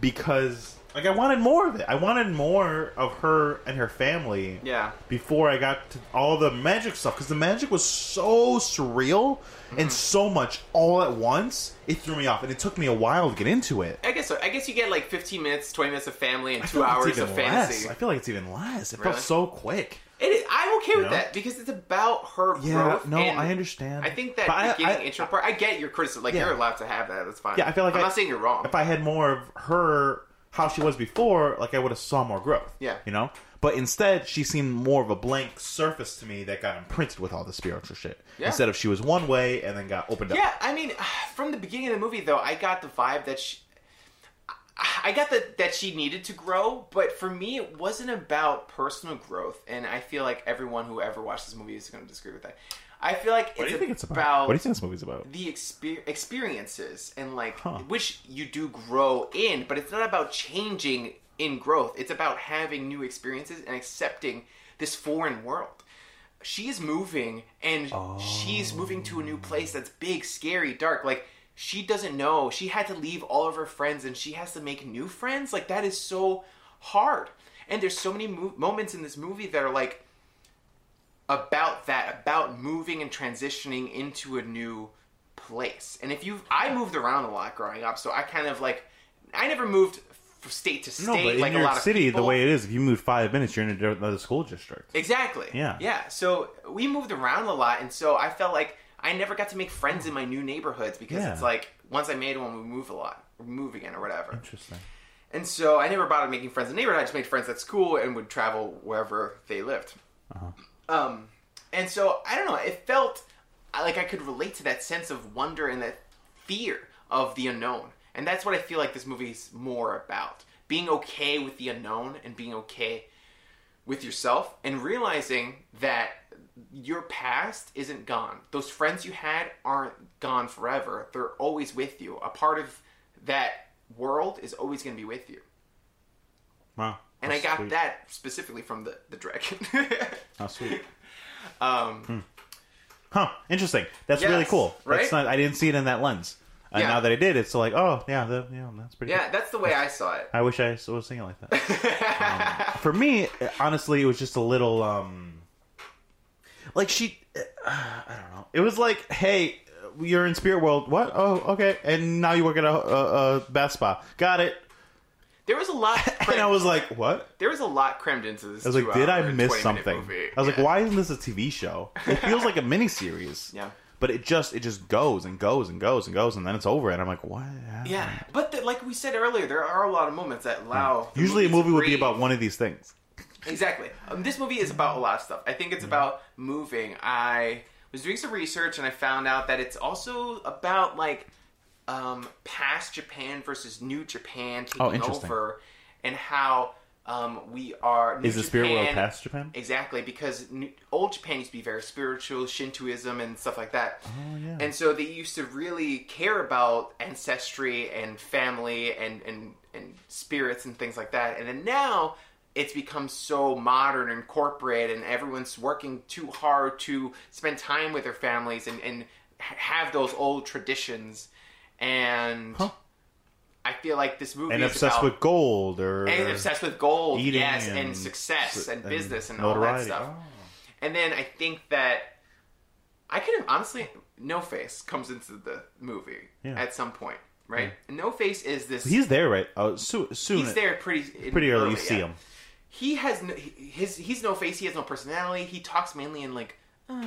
Speaker 2: because like I wanted more of it. I wanted more of her and her family
Speaker 1: yeah.
Speaker 2: before I got to all the magic stuff because the magic was so surreal and so much all at once. It threw me off, and it took me a while to get into it.
Speaker 1: I guess so. I guess you get like 15 minutes, 20 minutes of family, and
Speaker 2: I
Speaker 1: two
Speaker 2: feel like it's
Speaker 1: hours
Speaker 2: even
Speaker 1: of
Speaker 2: less.
Speaker 1: fantasy.
Speaker 2: I feel like it's even less. It
Speaker 1: Really?
Speaker 2: felt so quick.
Speaker 1: It is, I'm okay with
Speaker 2: know?
Speaker 1: that because it's about her
Speaker 2: Yeah,
Speaker 1: growth.
Speaker 2: no,
Speaker 1: and
Speaker 2: I understand.
Speaker 1: I think
Speaker 2: But
Speaker 1: that
Speaker 2: I-
Speaker 1: beginning
Speaker 2: I-
Speaker 1: intro part. I get your criticism. Like
Speaker 2: Yeah.
Speaker 1: you're allowed to have that. That's fine.
Speaker 2: Yeah, I feel like
Speaker 1: I'm
Speaker 2: I-
Speaker 1: not saying you're wrong.
Speaker 2: If I had more of her, how she was before, like I would have saw more growth.
Speaker 1: Yeah.
Speaker 2: you know. But instead, she seemed more of a blank surface to me that got imprinted with all the spiritual shit.
Speaker 1: Yeah.
Speaker 2: Instead of she was one way and then got opened
Speaker 1: yeah,
Speaker 2: up.
Speaker 1: I mean, [SIGHS] from the beginning of the movie, though, I got the vibe that she. I- I got that that she needed to grow, but for me, it wasn't about personal growth, and I feel like everyone who ever watched this movie is going to disagree with that. I feel like
Speaker 2: What
Speaker 1: it's,
Speaker 2: do you think it's about?
Speaker 1: about
Speaker 2: What do you think this movie's about?
Speaker 1: the exper- experiences and like
Speaker 2: Huh.
Speaker 1: which you do grow in, but it's not about changing in growth. It's about having new experiences and accepting this foreign world. She is moving and she's moving to a new place that's big, scary, dark. Like she doesn't know. She had to leave all of her friends and she has to make new friends. Like that is so hard. And there's so many mo- moments in this movie that are like about that, about moving and transitioning into a new place. And if you, I moved around a lot growing up, so I kind of like, I never moved from state to state
Speaker 2: No, but in
Speaker 1: like
Speaker 2: New
Speaker 1: a lot
Speaker 2: York
Speaker 1: of
Speaker 2: City,
Speaker 1: people.
Speaker 2: the way it is, if you move five minutes, you're in a di- another school district.
Speaker 1: Exactly.
Speaker 2: Yeah.
Speaker 1: Yeah. So we moved around a lot, and so I felt like I never got to make friends in my new neighborhoods because
Speaker 2: Yeah.
Speaker 1: it's like once I made one, we move a lot, we move again or whatever.
Speaker 2: Interesting.
Speaker 1: And so I never bothered making friends in the neighborhood. I just made friends at school and would travel wherever they lived.
Speaker 2: Uh-huh.
Speaker 1: Um, and so I don't know. It felt I- like I could relate to that sense of wonder and that fear of the unknown, and that's what I feel like this movie's more about: being okay with the unknown and being okay with yourself and realizing that your past isn't gone. Those friends you had aren't gone forever. They're always with you. A part of that world is always going to be with you.
Speaker 2: Wow.
Speaker 1: And I
Speaker 2: That's
Speaker 1: got
Speaker 2: sweet.
Speaker 1: that specifically from the, the dragon. [LAUGHS]
Speaker 2: How sweet. Hmm.
Speaker 1: um,
Speaker 2: Huh. Interesting. That's really
Speaker 1: Yes,
Speaker 2: cool.
Speaker 1: right?
Speaker 2: That's not, I didn't see it in that lens. And
Speaker 1: Yeah.
Speaker 2: now that I did, it's like, oh, yeah, the, yeah that's pretty
Speaker 1: yeah,
Speaker 2: good.
Speaker 1: that's the way I saw it.
Speaker 2: I wish I s- was singing like that.
Speaker 1: [LAUGHS]
Speaker 2: um, for me, honestly, it was just a little, um, like she, uh, I don't know. It was like, hey, you're in spirit world. What? Oh, okay. And now you work at a, a, a Bath Spa. Got it.
Speaker 1: There was a
Speaker 2: [LAUGHS]
Speaker 1: lot.
Speaker 2: And I
Speaker 1: Crammed,
Speaker 2: was like, what?
Speaker 1: there was a lot crammed into this.
Speaker 2: I was like, did I miss something? I was like, why isn't this a TV show? It
Speaker 1: [LAUGHS]
Speaker 2: feels like a miniseries.
Speaker 1: Yeah.
Speaker 2: But it just it just goes and goes and goes and goes and then it's over and I'm like, what? happened?
Speaker 1: Yeah, but the, like we said earlier, there are a lot of moments that allow. the
Speaker 2: Usually a
Speaker 1: movie to
Speaker 2: movie would be
Speaker 1: breathe.
Speaker 2: about one of these things.
Speaker 1: Exactly. Um, this movie is about a lot of stuff. I think it's
Speaker 2: Mm-hmm.
Speaker 1: about moving. I was doing some research and I found out that it's also about like um, past Japan versus new Japan taking
Speaker 2: Oh, interesting.
Speaker 1: over and how um, we are. New
Speaker 2: Is the spirit world
Speaker 1: Japan-
Speaker 2: past Japan?
Speaker 1: Exactly, because new, old Japan used to be very spiritual, Shintoism and stuff like that.
Speaker 2: Oh, yeah.
Speaker 1: And so they used to really care about ancestry and family and, and, and spirits and things like that. And then now it's become so modern and corporate, and everyone's working too hard to spend time with their families and, and have those old traditions, and I feel like this movie
Speaker 2: and
Speaker 1: is
Speaker 2: obsessed
Speaker 1: about,
Speaker 2: with gold or
Speaker 1: and obsessed with gold,
Speaker 2: eating
Speaker 1: yes, and,
Speaker 2: and
Speaker 1: success
Speaker 2: s-
Speaker 1: and,
Speaker 2: and
Speaker 1: business and all that
Speaker 2: notoriety.
Speaker 1: stuff.
Speaker 2: Oh.
Speaker 1: And then I think that I could have honestly, No Face comes into the movie
Speaker 2: Yeah.
Speaker 1: at some point, right? And No Face is this.
Speaker 2: He's there, right? Oh, so, soon.
Speaker 1: he's there pretty
Speaker 2: Pretty early, you see
Speaker 1: yeah.
Speaker 2: him.
Speaker 1: He has no, his he's no face. He has no personality. He talks mainly in like uh,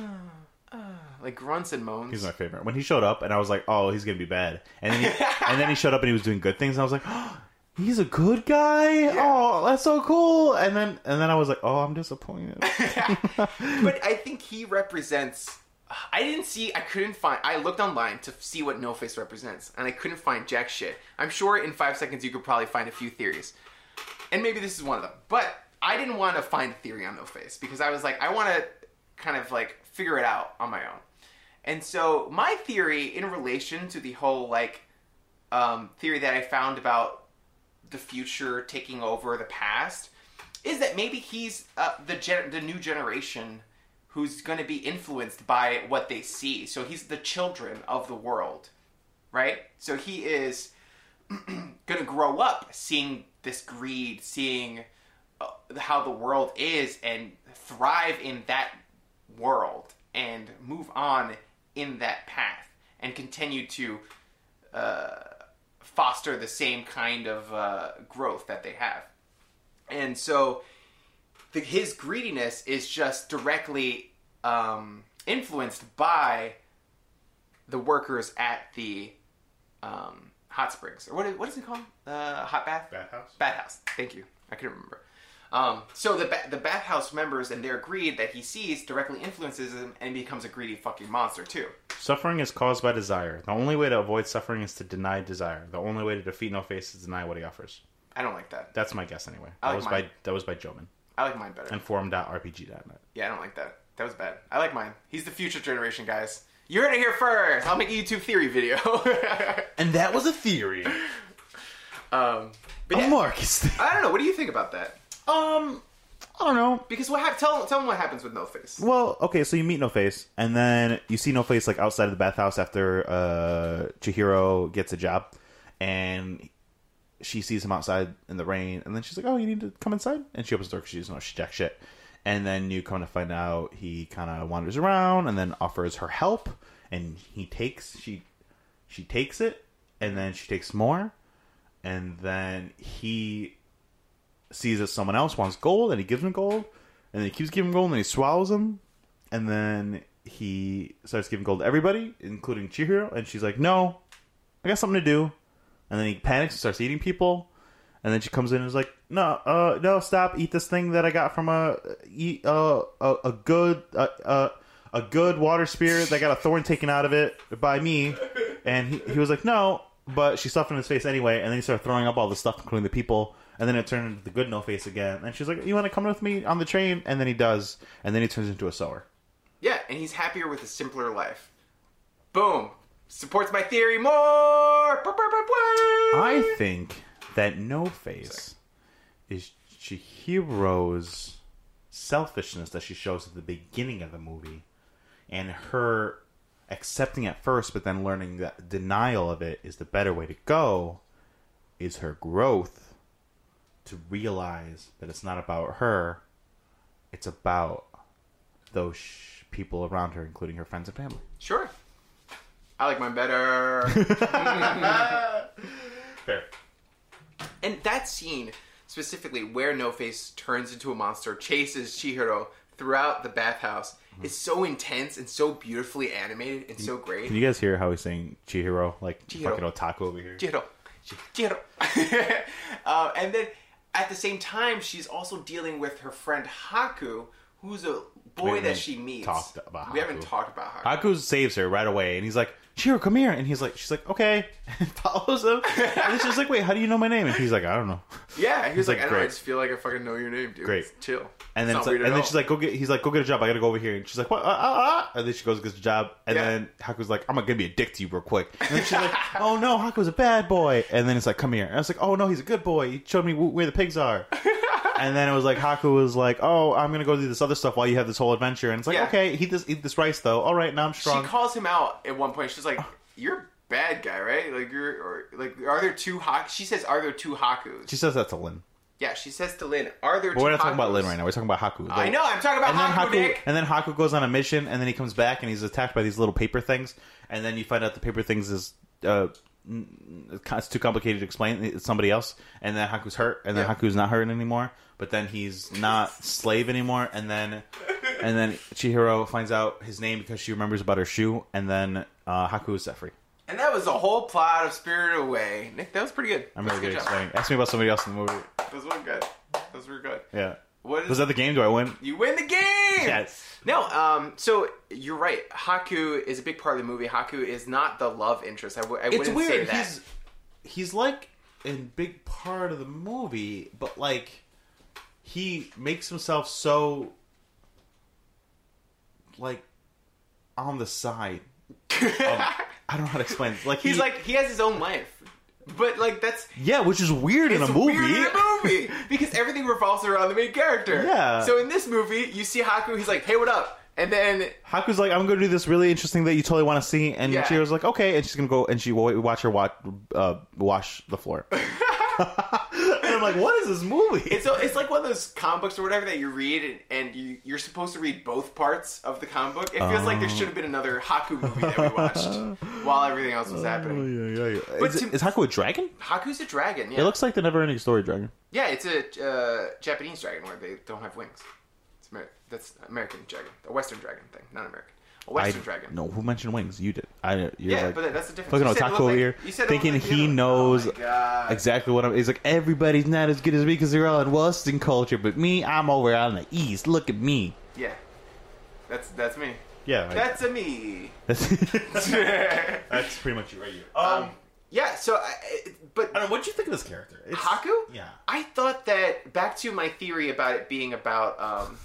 Speaker 1: uh, like grunts and moans.
Speaker 2: He's my favorite. When he showed up, and I was like, "Oh, he's gonna be bad." And then, [LAUGHS] he, and then he showed up, and he was doing good things. And I was like, oh, "He's a good guy. Oh, that's so cool." And then, and then I was like, "Oh, I'm [LAUGHS] disappointed."
Speaker 1: but I think he represents. I didn't see. I couldn't find. I looked online to see what No Face represents, and I couldn't find jack shit. I'm sure in five seconds you could probably find a few theories, and maybe this is one of them. But I didn't want to find a theory on No Face because I was like, I want to kind of like figure it out on my own. And so my theory in relation to the whole like um, theory that I found about the future taking over the past is that maybe he's uh, the gen- the new generation who's going to be influenced by what they see. So he's the children of the world, right? So he is [CLEARS THROAT] going to grow up seeing this greed, seeing uh, how the world is, and thrive in that world and move on in that path and continue to uh, foster the same kind of uh, growth that they have. And so the, his greediness is just directly um, influenced by the workers at the um, hot springs. Or what is, what is it called? Uh, hot bath?
Speaker 2: Bathhouse?
Speaker 1: Bathhouse. Thank you. I couldn't remember. Um, so the, ba- the bathhouse members and their greed that he sees directly influences him and becomes a greedy fucking monster too.
Speaker 2: suffering is caused by desire. The only way to avoid suffering is to deny desire. The only way to defeat No Face is to deny what he offers.
Speaker 1: I don't like that.
Speaker 2: That's my guess, anyway.
Speaker 1: I
Speaker 2: That
Speaker 1: like
Speaker 2: was
Speaker 1: mine.
Speaker 2: by that was by Joman
Speaker 1: I like mine better.
Speaker 2: and forum.rpg.net.
Speaker 1: Yeah, I don't like that. That was bad. I like mine. He's the future generation, guys. You heard it here first. I'll make a YouTube theory video. [LAUGHS]
Speaker 2: And that was a theory.
Speaker 1: um, but yeah,
Speaker 2: A Marcus.
Speaker 1: I don't know. What do you think about that?
Speaker 2: um, I don't know.
Speaker 1: Because what hap- tell tell them what happens with No Face.
Speaker 2: Well, okay, so you meet No Face, and then you see No Face like outside of the bathhouse after uh, Chihiro gets a job, and she sees him outside in the rain, and then she's like, "Oh, you need to come inside," and she opens the door because she doesn't know she's jack shit. And then you come to find out he kind of wanders around, and then offers her help, and he takes she she takes it, and then she takes more, and then he sees that someone else wants gold and he gives him gold and then he keeps giving gold and then he swallows him and then he starts giving gold to everybody including Chihiro and she's like no I got something to do and then he panics and starts eating people and then she comes in and is like no uh no stop eat this thing that I got from a eat, uh, a, a good uh, uh, a good water spirit that got a thorn taken out of it by me and he, he was like no but she stuffed it in his face anyway and then he started throwing up all the stuff including the people and then it turned into the good no face again and she's like you want to come with me on the train and then he does and then he turns into a sower
Speaker 1: Yeah, and he's happier with a simpler life. Boom. Supports my theory more. Burp, burp, burp, burp.
Speaker 2: i think that no face is chihiro's selfishness that she shows at the beginning of the movie and her accepting at first but then learning that denial of it is the better way to go is her growth to realize that it's not about her it's about those sh- people around her including her friends and family
Speaker 1: Sure. I like mine better.
Speaker 2: [LAUGHS] fair
Speaker 1: And that scene specifically, where No Face turns into a monster, chases Chihiro throughout the bathhouse, is so intense and so beautifully animated and so great.
Speaker 2: Mm-hmm. can you guys hear how he's saying chihiro like
Speaker 1: Chihiro.
Speaker 2: fucking otaku over here
Speaker 1: Chihiro, Chihiro. [LAUGHS] uh, and then at the same time, she's also dealing with her friend Haku, who's a boy
Speaker 2: haven't
Speaker 1: that she meets.
Speaker 2: talked about
Speaker 1: we haven't
Speaker 2: Haku.
Speaker 1: talked about Haku.
Speaker 2: Haku saves her right away, and he's like, "Chihiro, come here!" And he's like, "She's like, okay," [LAUGHS] and follows him. And she's like, "Wait, how do you know my name?" And he's like, "I don't know."
Speaker 1: Yeah, he was
Speaker 2: He's
Speaker 1: like, I
Speaker 2: like,
Speaker 1: don't know, I
Speaker 2: great.
Speaker 1: just feel like I fucking know your name, dude.
Speaker 2: Great.
Speaker 1: It's chill.
Speaker 2: And then,
Speaker 1: It's not
Speaker 2: it's like,
Speaker 1: weird at
Speaker 2: and then
Speaker 1: all.
Speaker 2: she's like, "Go get." He's like, "Go get a job. I gotta go over here." And she's like, "What?" Uh, uh, uh. And then she goes and gets a job. And
Speaker 1: Yeah.
Speaker 2: then Haku's like, "I'm gonna be a dick to you real quick." And then she's like, [LAUGHS] "Oh
Speaker 1: [LAUGHS]
Speaker 2: no, Haku's a bad boy." And then it's like, "Come here." And I was like, "Oh no, he's a good boy. He showed me wh- where the pigs are." And then it was like Haku was like, "Oh, I'm gonna go do this other stuff while you have this whole adventure." And it's like,
Speaker 1: Yeah.
Speaker 2: "Okay, eat this, eat this rice though. All right, now I'm
Speaker 1: She
Speaker 2: strong."
Speaker 1: calls him out at one point. She's like, "You're a bad guy, right? Like you're or, like are there two Hakus?" She says, "Are there two Hakus?"
Speaker 2: she says that to Lin.
Speaker 1: yeah, she says to Lin, "Are there?"
Speaker 2: But
Speaker 1: two
Speaker 2: we're not talking about
Speaker 1: Hakus?"
Speaker 2: Lin right now. We're talking about Haku.
Speaker 1: I
Speaker 2: Like-
Speaker 1: know. I'm talking about
Speaker 2: and then
Speaker 1: Haku,
Speaker 2: Haku,
Speaker 1: Nick.
Speaker 2: and then Haku goes on a mission, and then he comes back, and he's attacked by these little paper things, and then you find out the paper things is uh, n- it's too complicated to explain. It's somebody else, and then Haku's hurt, and then
Speaker 1: Yeah.
Speaker 2: Haku's not hurt anymore. But then he's not slave anymore, and then and then Chihiro finds out his name because she remembers about her shoe, and then uh, Haku is set free.
Speaker 1: And that was the whole plot of Spirited Away. Nick, that was pretty good.
Speaker 2: I'm
Speaker 1: That was
Speaker 2: really good at
Speaker 1: job.
Speaker 2: explaining. Ask me about somebody else in the movie.
Speaker 1: Those were good. Those were good.
Speaker 2: Yeah,
Speaker 1: What is
Speaker 2: was that the game? Do I win?
Speaker 1: You win the game.
Speaker 2: Yes.
Speaker 1: No. Um. So you're right. Haku is a big part of the movie. Haku is not the love interest. I, w- I
Speaker 2: it's
Speaker 1: wouldn't
Speaker 2: weird.
Speaker 1: say that.
Speaker 2: He's he's like a big part of the movie, but like he makes himself so like on the side.
Speaker 1: [LAUGHS]
Speaker 2: of- I don't know how to explain. it. Like
Speaker 1: He's
Speaker 2: he-
Speaker 1: like he has his own life, but like that's
Speaker 2: yeah, which is weird in a
Speaker 1: it's
Speaker 2: movie.
Speaker 1: weird in a [LAUGHS] movie because everything revolves around the main character.
Speaker 2: Yeah.
Speaker 1: So in this movie, you see Haku. He's like, "Hey, what up?" And then
Speaker 2: Haku's like, I'm gonna do this really interesting that you totally want to see, and
Speaker 1: Yeah.
Speaker 2: Chihiro's like, okay, and she's gonna go and she wa- watch her watch uh, wash
Speaker 1: [LAUGHS]
Speaker 2: the floor. and I'm like, what is this movie?
Speaker 1: it's it's like one of those comic books or whatever that you read and, and you you're supposed to read both parts of the comic book. It feels like
Speaker 2: Oh.
Speaker 1: there should have been another Haku movie that we
Speaker 2: [LAUGHS]
Speaker 1: watched while everything else was happening. But
Speaker 2: Is,
Speaker 1: to-
Speaker 2: it- is Haku a dragon?
Speaker 1: Haku's a dragon. Yeah.
Speaker 2: Oh, It looks like the never-ending story dragon.
Speaker 1: Yeah, it's a uh, Japanese dragon where they don't have wings. It's Amer- that's American dragon, a Western dragon thing, not American. A Western
Speaker 2: I-
Speaker 1: dragon.
Speaker 2: No, who mentioned wings? You did. I. You're
Speaker 1: Yeah,
Speaker 2: like,
Speaker 1: but that's the difference.
Speaker 2: fucking
Speaker 1: You said it
Speaker 2: otaku
Speaker 1: looked
Speaker 2: over
Speaker 1: like-
Speaker 2: here,
Speaker 1: you said it looked
Speaker 2: thinking
Speaker 1: like the
Speaker 2: he
Speaker 1: other-
Speaker 2: knows
Speaker 1: Oh my God.
Speaker 2: exactly what I'm. He's like everybody's not as good as me because they're all in Western culture, but me, I'm over on the East. Look at me.
Speaker 1: Yeah, that's that's me.
Speaker 2: Yeah, I-
Speaker 1: that's a me.
Speaker 2: that's, [LAUGHS] that's pretty much it right here. Um,
Speaker 1: [LAUGHS] yeah. So, I, I- but
Speaker 2: I don't know. What do you think of this character? It's,
Speaker 1: Haku?
Speaker 2: Yeah.
Speaker 1: I thought that back to my theory about it being about um,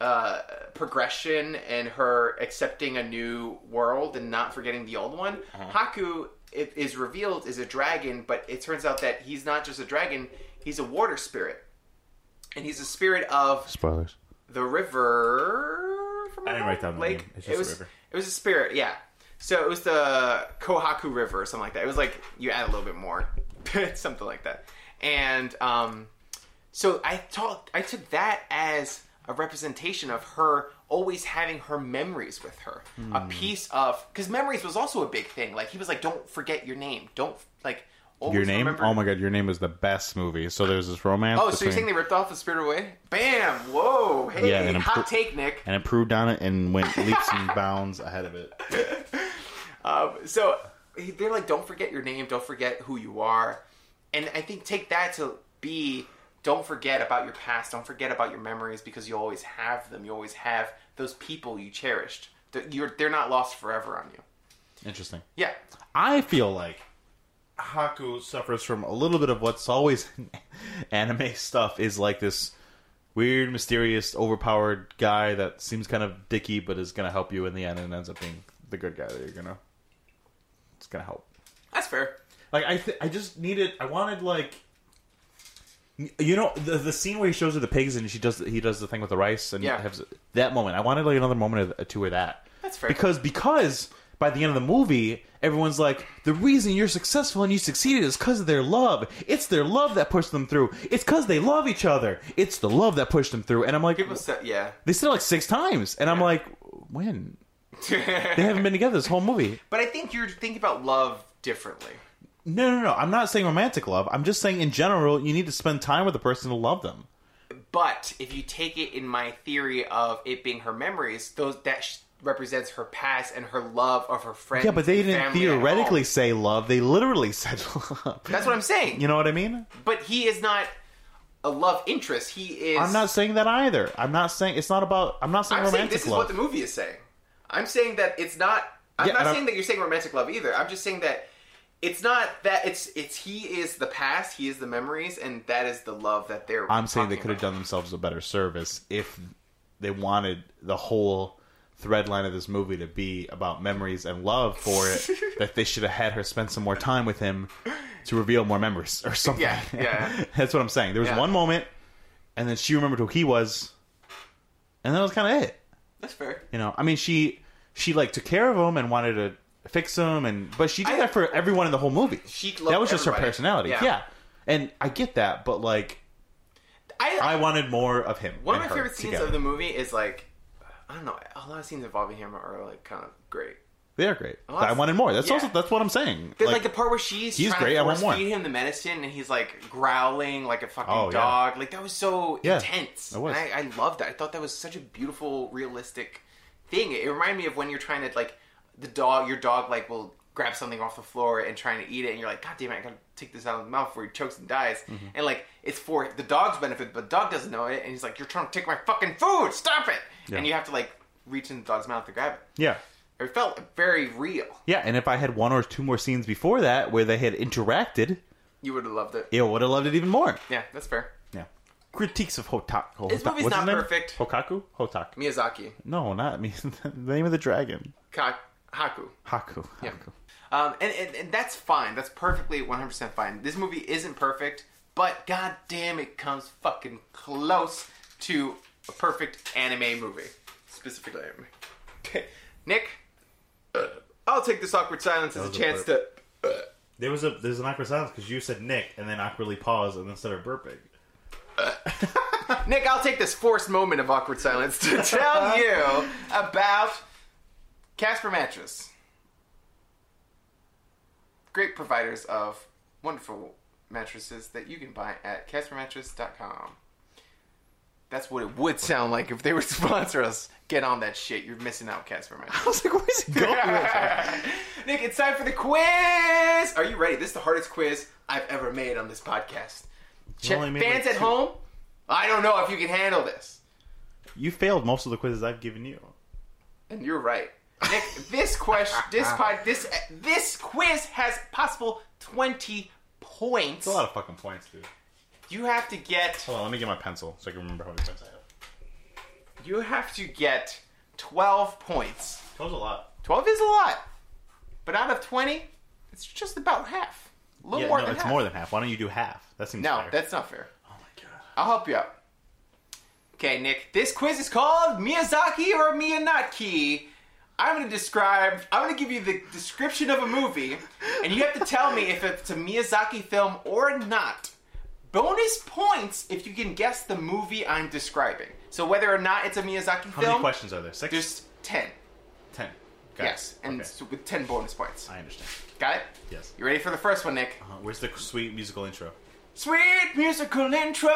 Speaker 1: uh, progression and her accepting a new world and not forgetting the old one.
Speaker 2: Uh-huh.
Speaker 1: Haku it is revealed is a dragon, but it turns out that he's not just a dragon; he's a water spirit, and he's a spirit of
Speaker 2: Spoilers.
Speaker 1: the river. from
Speaker 2: I didn't write down the
Speaker 1: Lake.
Speaker 2: name. It's
Speaker 1: it
Speaker 2: just
Speaker 1: was,
Speaker 2: a river.
Speaker 1: It was a spirit, yeah. So it was the Kohaku River or something like that. It was like you add a little bit more, [LAUGHS] something like that. And um, so I thought I took that as a representation of her always having her memories with her,
Speaker 2: Hmm.
Speaker 1: a piece of because memories was also a big thing. Like he was like, don't forget your name, don't like always
Speaker 2: Your name?
Speaker 1: Remember-
Speaker 2: Oh my god, your name is the best movie. So there's this romance.
Speaker 1: Oh, so you're saying
Speaker 2: between-
Speaker 1: they ripped off the spirit away? Bam! Whoa! Hey,
Speaker 2: Yeah, and I'm
Speaker 1: hot
Speaker 2: pr-
Speaker 1: take, Nick.
Speaker 2: and improved on it and went leaps
Speaker 1: [LAUGHS]
Speaker 2: and bounds ahead of it.
Speaker 1: so he- they're like, don't forget your name, don't forget who you are, and I think take that to be, don't forget about your past, don't forget about your memories because you always have them, you always have those people you cherished. They're, you're, they're not lost forever on you.
Speaker 2: Interesting.
Speaker 1: Yeah,
Speaker 2: I feel like Haku suffers from a little bit of what's always in [LAUGHS] anime stuff is like this weird, mysterious, overpowered guy that seems kind of dicky, but is going to help you in the end and ends up being the good guy that you're going to. It's going to help.
Speaker 1: that's fair.
Speaker 2: Like I, th- I just needed. I wanted like, you know, the the scene where he shows her the pigs and she does he does the thing with the rice and
Speaker 1: Yeah.
Speaker 2: has that moment. I wanted like another moment of, to or that.
Speaker 1: That's fair.
Speaker 2: Because because by the end of the movie, everyone's like, the reason you're successful and you succeeded is because of their love. It's their love that pushed them through. It's because they love each other. It's the love that pushed them through. And I'm like,
Speaker 1: People said, yeah, [LAUGHS]
Speaker 2: they said it like six times, and I'm like, when they haven't been together this whole movie.
Speaker 1: but I think you're thinking about love differently.
Speaker 2: No, no, no. I'm not saying romantic love. I'm just saying in general, you need to spend time with the person to love them.
Speaker 1: But if you take it in my theory of it being her memories, those that sh- represents her past and her love of her friends.
Speaker 2: Yeah, but they didn't
Speaker 1: family, and home.
Speaker 2: theoretically say love. They literally [LAUGHS] said love.
Speaker 1: That's what I'm saying.
Speaker 2: You know what I mean?
Speaker 1: but he is not a love interest. He is.
Speaker 2: I'm not saying that either. I'm not saying it's not about. I'm not saying
Speaker 1: I'm saying
Speaker 2: romantic
Speaker 1: this is
Speaker 2: love.
Speaker 1: what the movie is saying. I'm saying that it's not. I'm
Speaker 2: Yeah,
Speaker 1: not
Speaker 2: and I'm-
Speaker 1: saying that you're saying romantic love either. I'm just saying that it's not that it's it's he is the past, he is the memories, and that is the love that they're.
Speaker 2: I'm saying they
Speaker 1: talking
Speaker 2: could have
Speaker 1: about.
Speaker 2: done themselves a better service if they wanted the whole thread line of this movie to be about memories and love
Speaker 1: [LAUGHS]
Speaker 2: for it. that they should have had her spend some more time with him to reveal more memories or something.
Speaker 1: Yeah, yeah.
Speaker 2: [LAUGHS] That's what I'm saying. There was
Speaker 1: Yeah.
Speaker 2: one moment and then she remembered who he was, and that was kind of it.
Speaker 1: That's fair.
Speaker 2: You know, I mean, she she like took care of him and wanted to fix him, and but she did
Speaker 1: I-
Speaker 2: that for everyone in the whole movie.
Speaker 1: She loved
Speaker 2: that was just her
Speaker 1: everybody.
Speaker 2: personality.
Speaker 1: Yeah.
Speaker 2: Yeah. and I get that, but like
Speaker 1: I,
Speaker 2: I wanted more of him.
Speaker 1: one of
Speaker 2: and
Speaker 1: my
Speaker 2: her
Speaker 1: favorite scenes
Speaker 2: together.
Speaker 1: of the movie is like I don't know. A lot of scenes involving him are like kind of great.
Speaker 2: They are great.
Speaker 1: lot of-
Speaker 2: I wanted more. That's
Speaker 1: yeah.
Speaker 2: also that's what I'm saying.
Speaker 1: There's like, the part where she's
Speaker 2: he's
Speaker 1: trying
Speaker 2: great,
Speaker 1: to
Speaker 2: I want
Speaker 1: force
Speaker 2: more.
Speaker 1: feed him the medicine, and he's like growling like a fucking
Speaker 2: Oh, yeah.
Speaker 1: dog. Like that was so
Speaker 2: Yeah,
Speaker 1: intense.
Speaker 2: it was.
Speaker 1: And I, I loved that. I thought that was such a beautiful, realistic thing. It reminded me of when you're trying to like the dog. Your dog like will grab something off the floor and trying to eat it, and you're like, God damn it, I gotta take this out of his mouth before he chokes and dies.
Speaker 2: Mm-hmm.
Speaker 1: And like it's for the dog's benefit, but the dog doesn't know it, and he's like, You're trying to take my fucking food. Stop it!
Speaker 2: Yeah.
Speaker 1: And you have to like reach in the dog's mouth to grab it.
Speaker 2: yeah,
Speaker 1: It felt very real.
Speaker 2: yeah. And if I had one or two more scenes before that where they had interacted,
Speaker 1: You would have loved it.
Speaker 2: it would have loved it even more.
Speaker 1: Yeah, that's fair.
Speaker 2: Yeah. Critiques of Hotaku.
Speaker 1: This movie's not perfect.
Speaker 2: Hokaku? Hotaku.
Speaker 1: Miyazaki,
Speaker 2: No, not me. [LAUGHS] the name of the dragon.
Speaker 1: Ka- Haku.
Speaker 2: Haku. Haku.
Speaker 1: Um, and, and, and that's fine. That's perfectly 100% fine. This movie isn't perfect, but god damn it comes fucking close to a perfect anime movie. Specifically anime. Okay. [LAUGHS] Nick, I'll take this awkward silence as a
Speaker 2: was a
Speaker 1: chance to...
Speaker 2: burp. There was a there's an awkward silence because you said Nick and then awkwardly paused and then started burping.
Speaker 1: Nick, I'll take this forced moment of awkward silence to
Speaker 2: [LAUGHS]
Speaker 1: tell you about Casper Mattress. Great providers of wonderful mattresses that you can buy at CasperMattress.com. That's what it would sound like if they would [LAUGHS] sponsor us. Get on that shit. You're missing out, Casper Mattress.
Speaker 2: [LAUGHS] I was like, where's it going?
Speaker 1: [LAUGHS] Nick, it's time for the quiz. Are you ready? This is the hardest quiz I've ever made on this podcast. Check,
Speaker 2: only
Speaker 1: fans
Speaker 2: made, like,
Speaker 1: at
Speaker 2: two.
Speaker 1: home, I don't know if you can handle this.
Speaker 2: you failed most of the quizzes I've given you.
Speaker 1: And you're right.
Speaker 2: [LAUGHS]
Speaker 1: Nick, this question, this pod, this this quiz has possible twenty points.
Speaker 2: That's a lot of fucking points, dude.
Speaker 1: You have to get,
Speaker 2: Hold on, let me get my pencil so I can remember how many points I have.
Speaker 1: you have to get twelve points.
Speaker 2: That was a lot.
Speaker 1: Twelve is a lot, but out of twenty, it's just about half. A little
Speaker 2: Yeah,
Speaker 1: Oh, more
Speaker 2: no,
Speaker 1: than
Speaker 2: it's
Speaker 1: half.
Speaker 2: more than half. Why don't you do half? That seems
Speaker 1: no,
Speaker 2: fair.
Speaker 1: that's not fair.
Speaker 2: Oh my god.
Speaker 1: I'll help you out. Okay, Nick, this quiz is called Miyazaki or Miyanaki. I'm gonna describe, I'm gonna give you the description of a movie, and you have to tell me if it's a Miyazaki film or not. Bonus points if you can guess the movie I'm describing. So whether or not it's a Miyazaki
Speaker 2: How
Speaker 1: film,
Speaker 2: many questions are there? Six?
Speaker 1: there's 10.
Speaker 2: ten. Got it.
Speaker 1: Yes, and
Speaker 2: Okay.
Speaker 1: so with 10 bonus points.
Speaker 2: I understand.
Speaker 1: Got it?
Speaker 2: Yes.
Speaker 1: You ready for the first one, Nick?
Speaker 2: Uh, where's the sweet musical intro?
Speaker 1: Sweet musical intro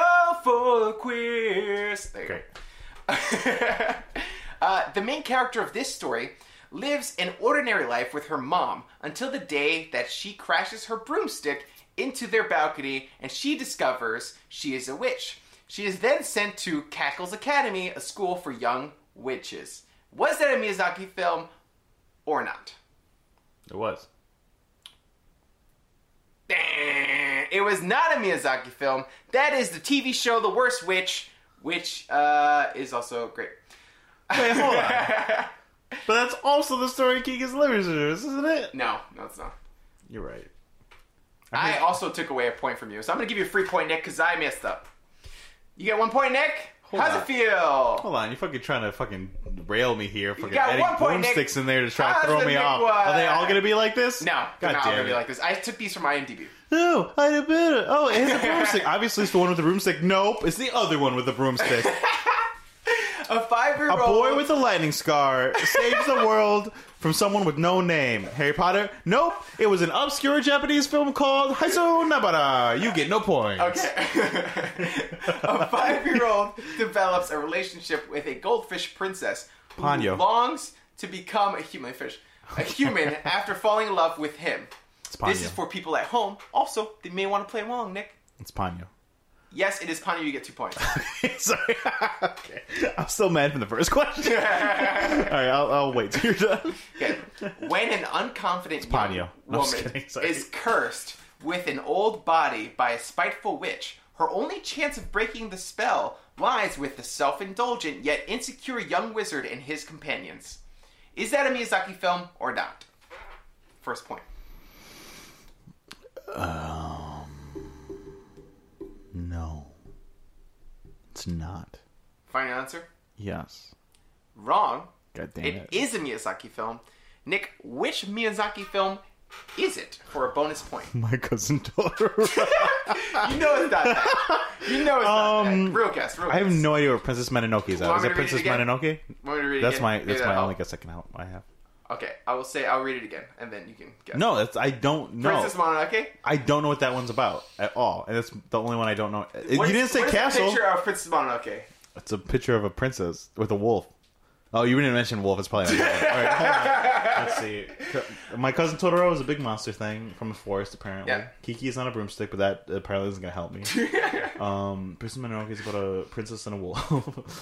Speaker 1: for the quiz. There you go.
Speaker 2: Great.
Speaker 1: [LAUGHS] uh, the main character of this story lives an ordinary life with her mom until the day that she crashes her broomstick into their balcony and she discovers she is a witch. She is then sent to Cackle's Academy, a school for young witches. Was that a Miyazaki film or not?
Speaker 2: It was.
Speaker 1: It was not a Miyazaki film. That is the TV show The Worst Witch, which uh, is also great.
Speaker 2: Hold on. but that's also the story of Keegan's Losers, isn't it?
Speaker 1: [LAUGHS] No, no, it's not.
Speaker 2: You're right.
Speaker 1: I also took away a point from you, so I'm gonna give you a free point, Nick, because I messed up. You get one point, Nick.
Speaker 2: Hold
Speaker 1: How's
Speaker 2: on.
Speaker 1: it feel?
Speaker 2: Hold on, you fucking trying to fucking rail me here, fucking
Speaker 1: got
Speaker 2: adding
Speaker 1: one point,
Speaker 2: broomsticks
Speaker 1: Nick.
Speaker 2: in there to try to
Speaker 1: How's
Speaker 2: throw
Speaker 1: the
Speaker 2: me
Speaker 1: big
Speaker 2: off.
Speaker 1: one?
Speaker 2: Are they all gonna be like this?
Speaker 1: No, they're
Speaker 2: God
Speaker 1: not all
Speaker 2: damn
Speaker 1: gonna
Speaker 2: it.
Speaker 1: be like this. I took these from IMDb.
Speaker 2: No, I did better. Oh, it has a [LAUGHS] broomstick. Obviously, it's the one with the broomstick. Nope, it's the other one with the broomstick.
Speaker 1: [LAUGHS] A
Speaker 2: a
Speaker 1: five-year-old
Speaker 2: boy with a lightning scar saves the world from someone with no name. Harry Potter? Nope, it was an obscure Japanese film called Haiso Nabara. You get no points.
Speaker 1: Okay. [LAUGHS] a five-year-old develops a relationship with a goldfish princess who
Speaker 2: Ponyo.
Speaker 1: longs to become a human fish, a human
Speaker 2: [LAUGHS]
Speaker 1: after falling in love with him. This
Speaker 2: Ponyo.
Speaker 1: is for people at home. Also, they may want to play along, Nick.
Speaker 2: It's Ponyo. [LAUGHS]
Speaker 1: Yes, it is Ponyo. You get two points.
Speaker 2: Sorry. [LAUGHS] okay. I'm still mad from the
Speaker 1: [LAUGHS]
Speaker 2: first question. All right, I'll, I'll wait till you're done.
Speaker 1: Okay. When an unconfident
Speaker 2: Ponyo.
Speaker 1: young
Speaker 2: No, I'm just
Speaker 1: woman
Speaker 2: kidding, [LAUGHS] sorry.
Speaker 1: is cursed with an old body by a spiteful witch, her only chance of breaking the spell lies with the self-indulgent yet insecure young wizard and his companions. Is that a Miyazaki film or not? First point.
Speaker 2: No. It's not.
Speaker 1: Final answer?
Speaker 2: Yes.
Speaker 1: Wrong.
Speaker 2: God damn
Speaker 1: It is a Miyazaki film. Nick, which Miyazaki film is it for a bonus
Speaker 2: [LAUGHS]
Speaker 1: point?
Speaker 2: My cousin Totoro.
Speaker 1: You know it's not that. You know it's not
Speaker 2: Um,
Speaker 1: that. Real guess, real
Speaker 2: [LAUGHS] I
Speaker 1: guess.
Speaker 2: have no idea what Princess Mononoke is. At.
Speaker 1: Want
Speaker 2: Is
Speaker 1: me to read
Speaker 2: it
Speaker 1: it
Speaker 2: Princess
Speaker 1: again?
Speaker 2: Mononoke?
Speaker 1: Want me to read it
Speaker 2: That's
Speaker 1: again?
Speaker 2: my
Speaker 1: Maybe
Speaker 2: that's my
Speaker 1: that'll
Speaker 2: only
Speaker 1: help.
Speaker 2: guess I can help. I have.
Speaker 1: Okay, I will say I'll read it again, and then you can guess.
Speaker 2: No, that's I don't know.
Speaker 1: Princess Mononoke.
Speaker 2: I don't know what that one's about at all, and that's the only one I don't know. you
Speaker 1: What is-
Speaker 2: didn't say
Speaker 1: what is the
Speaker 2: castle.
Speaker 1: picture of Princess Mononoke.
Speaker 2: It's a picture of a princess with a wolf. Oh, you didn't mention wolf. It's probably not. All right, hold on. Let's see. Co- My cousin Totoro is a big monster thing from the forest, apparently.
Speaker 1: Yeah.
Speaker 2: Kiki is on a broomstick, but that apparently isn't going to
Speaker 1: [LAUGHS]
Speaker 2: help me. um, Princess Mononoke is about a princess and a wolf.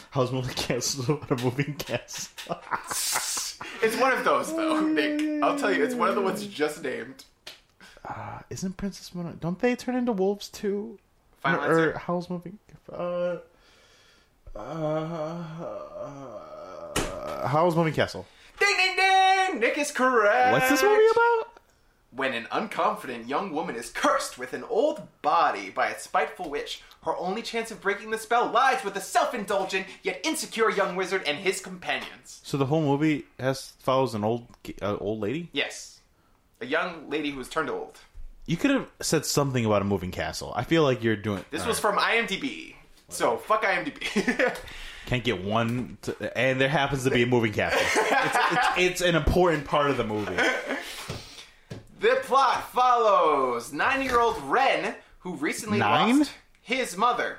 Speaker 2: [LAUGHS] House Moving Castle is about a moving castle. [LAUGHS]
Speaker 1: It's one of those
Speaker 2: Oh,
Speaker 1: though, Nick. I'll tell you, it's one of the ones you just named.
Speaker 2: isn't Princess Mononoke... Don't they turn into wolves, too?
Speaker 1: Final
Speaker 2: or, or
Speaker 1: answer.
Speaker 2: Howl's Moving. Uh, uh, Howl's Moving Castle.
Speaker 1: Ding ding ding! Nick is correct.
Speaker 2: What's this movie about?
Speaker 1: When an unconfident young woman is cursed with an old body by a spiteful witch, her only chance of breaking the spell lies with a self-indulgent yet insecure young wizard and his companions.
Speaker 2: So the whole movie has follows an old uh, old lady.
Speaker 1: Yes, a young lady who was turned old.
Speaker 2: You could have said something about a moving castle. I feel like you're doing. uh,
Speaker 1: This
Speaker 2: all
Speaker 1: was
Speaker 2: right.
Speaker 1: from IMDb. So fuck IMDb.
Speaker 2: can't get one, to, and there happens to be a
Speaker 1: [LAUGHS]
Speaker 2: moving castle. it's, it's, it's an important part of the movie.
Speaker 1: [LAUGHS] The plot follows nine-year-old Ren, who recently
Speaker 2: Nine?
Speaker 1: lost his mother.